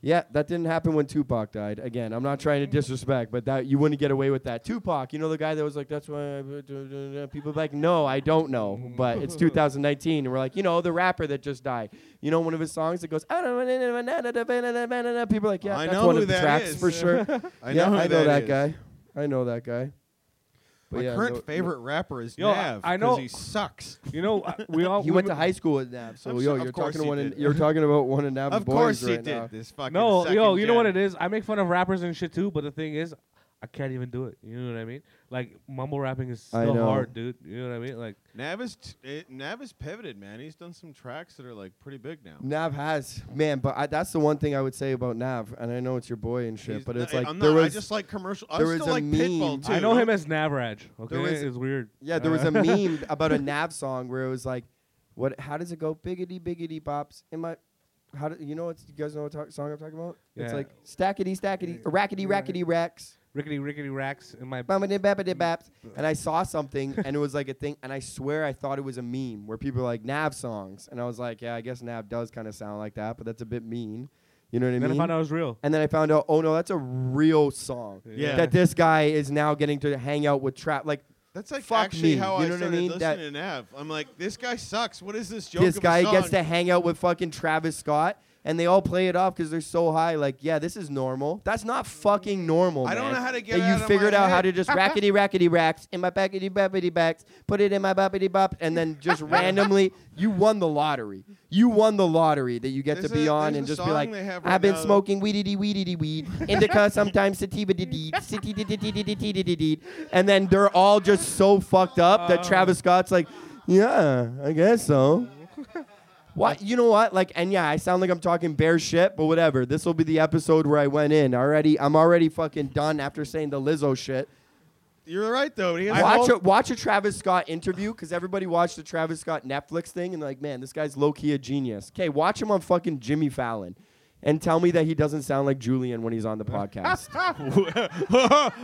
Yeah, that didn't happen when Tupac died. Again, I'm not trying to disrespect, but that you wouldn't get away with that. Tupac, you know the guy that was like, "That's why I b- d- d- d-" people are like, no, I don't know." But [laughs] it's 2019, and we're like, you know, the rapper that just died. You know, one of his songs that goes, "I don't know." People are like, yeah, I that's know one who of the that tracks is. for [laughs] sure. I yeah, know. I know that is. guy. I know that guy. My yeah, current no- favorite rapper is Yo, I- Nav. I 'cause know- he sucks. You know, I- [laughs] we all. He we went were- to high school with Nab, so I'm yo, sure- of you're course talking to he one. did. In, you're talking about one of Nab's Of boys course he right did. now. This fucking. No, yo, second you know what gen. it is? I make fun of rappers and shit too, but the thing is, I can't even do it. You know what I mean? Like mumble rapping is I still know. hard, dude. You know what I mean? Like Nav is t- it, Nav is pivoted, man. He's done some tracks that are like pretty big now. Nav has man, but I, that's the one thing I would say about Nav, and I know it's your boy and shit, He's- but no, it's like I'm there not, was I just like commercial. I there still was a like meme. Pitbull too. I know him as Navraj. Okay, There was- it's weird. yeah, there [laughs] was [laughs] a meme about a Nav song where it was like, what? How does it go? Biggity biggity bops in my. How do you know? It's you guys know what talk, song I'm talking about? It's Yeah. like stackity stackity rackety rackety racks. rickety rickety racks in my. Bumpity bappity Mm-hmm. baps. And I saw something and it was like a thing and I swear I thought it was a meme where people are like Nav songs. And I was like, Yeah, I guess Nav does kind of sound like that, but that's a bit mean. You know what I Then I mean? found out it was real. and then I found out, oh no, that's a real song. Yeah. That this guy is now getting to hang out with trap like That's like Fuck actually me, how you I know what I started mean? listening That- to Nav. I'm like, this guy sucks. What is this joke? this of a guy gets song? to hang out with fucking Travis Scott and they all play it off because they're so high. Like, yeah, this is normal. That's not fucking normal. I don't man. know how to get that it you out of figured my out how head. to [laughs] just rackety rackety racks in my backety bappity backs, put it in my boppity bop, and then just randomly, you won the lottery. You won the lottery that you get There's to be a- on there's and a just be song like, they have right I've been now that- smoking weedity weedity weed, indica sometimes sativa dee dee, and then they're all just so fucked up Oh. that Travis Scott's like, yeah, I guess [laughs] so. What you know what? Like, and yeah, I sound like I'm talking bare shit, but whatever. This will be the episode where I went in already. I'm already fucking done after saying the Lizzo shit. You're right though. He has Watch all- [laughs] a, watch a Travis Scott interview because everybody watched the Travis Scott Netflix thing and like, man, this guy's low key a genius. Okay, watch him on fucking Jimmy Fallon, and tell me that he doesn't sound like Julian when he's [laughs] on the podcast.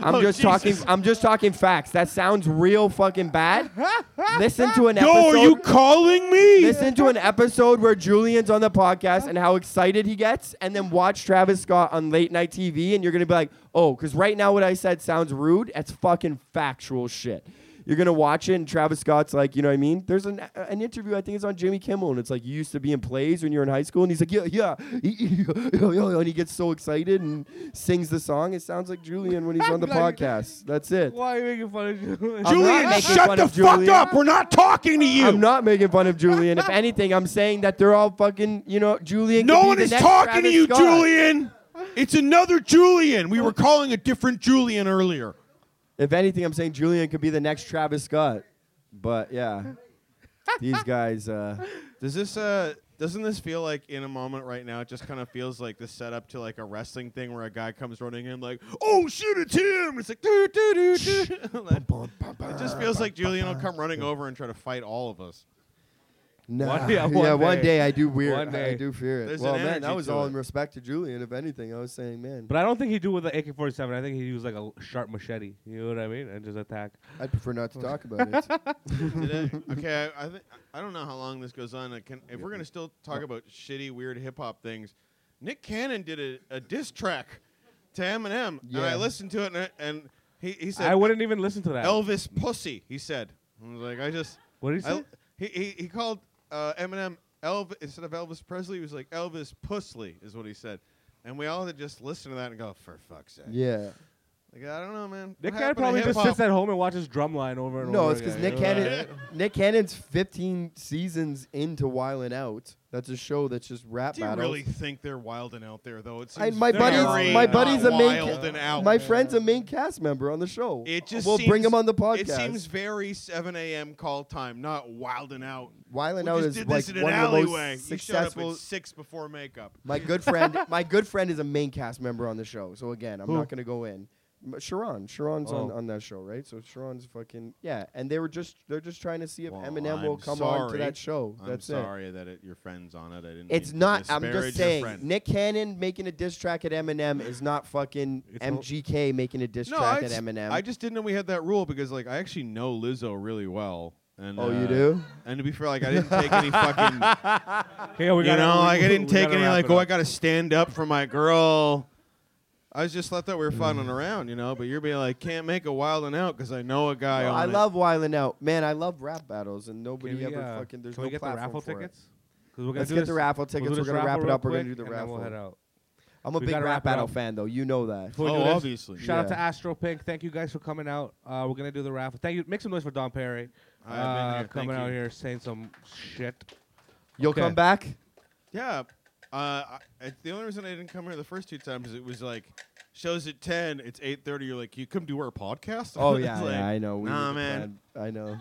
I'm Oh, just talking. Jesus. I'm just talking facts. That sounds real fucking [laughs] bad. Listen to an Yo, episode. are you calling me? Listen to an episode where Julian's on the podcast and how excited he gets, and then watch Travis Scott on late night TV, and you're gonna be like, oh, because right now what I said sounds rude. That's fucking factual shit. You're gonna watch it, and Travis Scott's like, you know what I mean? There's an an interview I think it's on Jimmy Kimmel, and it's like you used to be in plays when you were in high school, and he's like, yeah, [laughs] yeah, and he gets so excited and sings the song. It sounds like Julian when he's on the podcast. That's it. Why are you making fun of Julian? I'm not Julian, making shut fun the of Julian. fuck up. We're not talking to you. I'm not making fun of Julian. If anything, I'm saying that they're all fucking, you know, Julian. could no be one the is next talking to Travis you, Scott. Julian. It's another Julian. We were calling a different Julian earlier. If anything, I'm saying Julian could be the next Travis Scott. But yeah, these guys. Uh, Does this uh doesn't this feel like in a moment right now it just kind of feels like the setup to like a wrestling thing where a guy comes running in like, "Oh shit, it's him." It's like, "Doo doo doo [laughs] doo." Like, It just feels like Julian will come running over and try to fight all of us. Nah. One- yeah, one yeah, one day. day I do weird. One I, I day. do fear it. There's well, an man, that energy was to all it. in respect to Julian. If anything, I was saying, man, But I don't think he do with the AK-47. I think he used like a l- sharp machete. You know what I mean? And just attack. I'd prefer not to talk about it. Did I- okay, I, I, th- I don't know how long this goes on. I can, if we're gonna still talk about shitty, weird hip hop things, Nick Cannon did a, a diss track to Eminem, and Yeah. I listened to it, and, I- and he, he said, I wouldn't even listen to that. Elvis pussy." He said, "I was like, I just Mm. what did he I, say? he, he he called uh, Eminem Elvis instead of Elvis Presley. He was like Elvis Pusley is what he said." And we all had just listened to that and go, for fuck's sake. yeah. Like, I don't know, man. Nick What Cannon happened to probably just hip-hop? sits at home and watches Drumline over and No, over. it's because again, Nick you know what I mean? Cannon, [laughs] Nick Cannon's 15 seasons into Wildin' Out. That's a show that's just rap Do you battles. really think they're wilding out there though? It's I- my buddy's very my buddy's a main wild and out. my friend's a main cast member on the show. It just we'll bring seems- him on the podcast. It seems very 7 a.m. call time, not wilding out. Wildin' We Out just is did like this in an one of the alleyway. most You showed up successful. at six before makeup. My good friend, [laughs] my good friend is a main cast member on the show. So again, I'm Who? not gonna go in. M- Sharon, Sharon's on, Oh. on that show, right? So Sharon's fucking yeah, and they were just they're just trying to see if Well, Eminem I'm will come on to sorry. that show. I'm That's it. sorry that it, your friend's on it. I didn't. It's mean to not. I'm disparage your just saying. friend. Nick Cannon making a diss track at Eminem is not fucking It's all- MGK making a diss no, I track just, at Eminem. I just didn't know we had that rule because like I actually know Lizzo really well. And, oh, you uh, do? And to be fair, like I didn't take any fucking. Hey, [laughs] we you gotta- know, we- like I we- didn't we take gotta any wrap like, it oh, up. I gotta stand up for my girl. I was just thought that we were Mm. fun around, you know. But you're being like, can't make a wild and out because I know a guy. No, on I it." love Wildin' Out, man. I love rap battles, and Can nobody we, ever uh, fucking. There's can no we get the platform raffle for it. tickets? 'Cause we're gonna Let's do get this- the raffle we'll do tickets. We're this gonna wrap raffle it up. real We're gonna do quick, the and then we'll raffle. head out. I'm a We big gotta rap wrap it battle up. fan, though. You know [laughs] that. Before we Oh, do this, obviously. Shout out to Yeah. Astro Pink. Thank you guys for coming out. Uh, we're gonna do the raffle. Thank you. Make some noise for Don Perry. I have been uh, here. Thank coming out you. here saying some shit. You'll Okay. come [laughs] back. Yeah, uh, I, I- the only reason I didn't come here the first two times is it was like shows at ten. It's eight thirty. You're like, you come do our podcast. Oh [laughs] It's yeah, like, yeah, I know. We nah, need to man. plan- I know,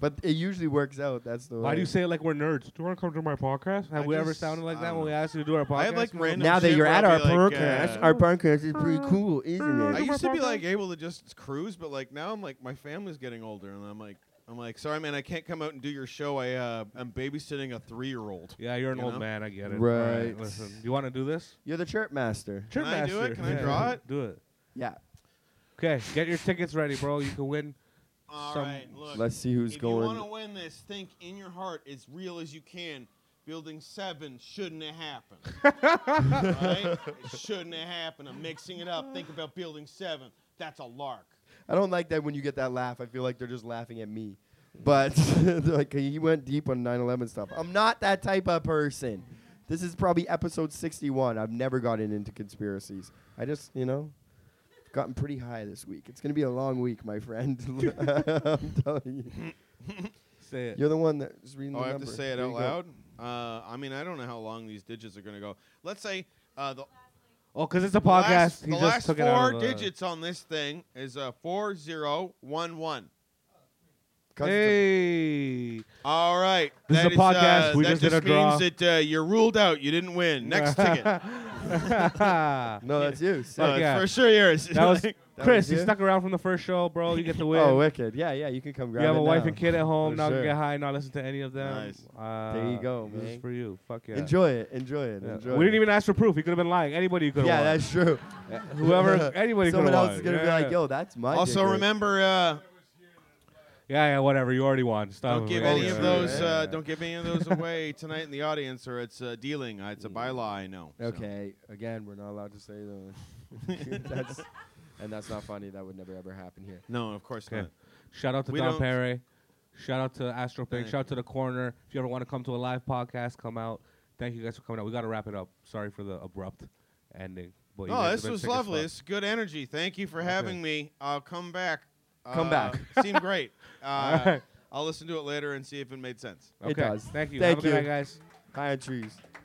but it usually works out. That's the. Why do way. you say it like we're nerds? Do you want to come to my podcast? Have I we ever just- sounded like I that don't when we know. asked you to do our podcast? I have, like, random Now that shit you're where at I'll our be like, podcast, uh, our podcast is pretty cool, isn't I it? used to be like able to just cruise, but like now I'm like my family's getting older, and I'm like, I'm like, sorry man, I can't come out and do your show. I uh, I'm babysitting a three year old. Yeah, you're an You old know? man. I get it. Right. Alright, listen, you want to do this? You're the chirp master. Sure, Can I do it? master. Can I Yeah, draw it? Do it. Yeah. Okay, get your tickets ready, bro. You can win. All Some- right, look. Let's see who's if you want to going. win this, think in your heart as real as you can. Building seven shouldn't have happened. [laughs] right? It shouldn't have happened. I'm mixing it up. Think about building seven. That's a lark. I don't like that when you get that laugh. I feel like they're just laughing at me. But [laughs] they're like he went deep on 9/11 stuff. I'm not that type of person. This is probably episode 61. I've never gotten into conspiracies. I just, you know, gotten pretty high this week. It's gonna be a long week, my friend. [laughs] I'm telling you. Say it. You're the one that's reading Oh, the I have number. to say it There out you go. loud. Uh, I mean, I don't know how long these digits are going to go. Let's say uh, the Oh, because it's a podcast. last, he the just last took four it out of uh, the- digits on this thing is uh, four zero one one. 'Cause it's a- Hey. All right, This is That a podcast. Uh, We that just just, did a draw. means that uh, you're ruled out. You didn't win. [laughs] Next ticket. that [laughs] no, [laughs] that's you. Sick. No, it's yeah. for sure yours. [laughs] was Chris. was You you? stuck around from the first show, bro. You get the win. [laughs] oh, wicked. Yeah, yeah. You can come you grab. have it a wife now. and kid at home. For Now you sure. can get high. Not listen to any of them. Nice. Uh, There you go, This man. is for you. Fuck yeah. Enjoy it. Enjoy it. Yeah. Enjoy We it. didn't even ask for proof. He could have been lying. Anybody could have. Yeah, [laughs] that's true. [laughs] whoever. Anybody. Someone could've else won. is gonna be Yeah. like, "Yo, that's my." also, dick pic." remember, uh, Yeah, yeah, whatever. You already won. Stop. don't give Oh, any yeah. of those. Yeah. Uh, don't give any of those away tonight in the audience, or it's uh, dealing. Uh, it's a bylaw, I know. so. Okay, again, we're not allowed to say that. [laughs] that's, and that's not funny. That would never ever happen here. No, of course Okay. not. Shout out to We Don don't- Perry. Shout out to Astro Pink. Thank Shout out to the corner. If you ever want to come to a live podcast, come out. Thank you guys for coming out. We got to wrap it up. Sorry for the abrupt ending. But you guys No, have Oh, this been was sick as lovely. fuck. This is good energy. Thank you for having me. I'll come back. Come Uh, back. [laughs] [laughs] Seemed great. [laughs] Uh, Alright. I'll listen to it later and see if it made sense. It Okay. does. Thank you. Have Thank a good you. night, guys. High on trees.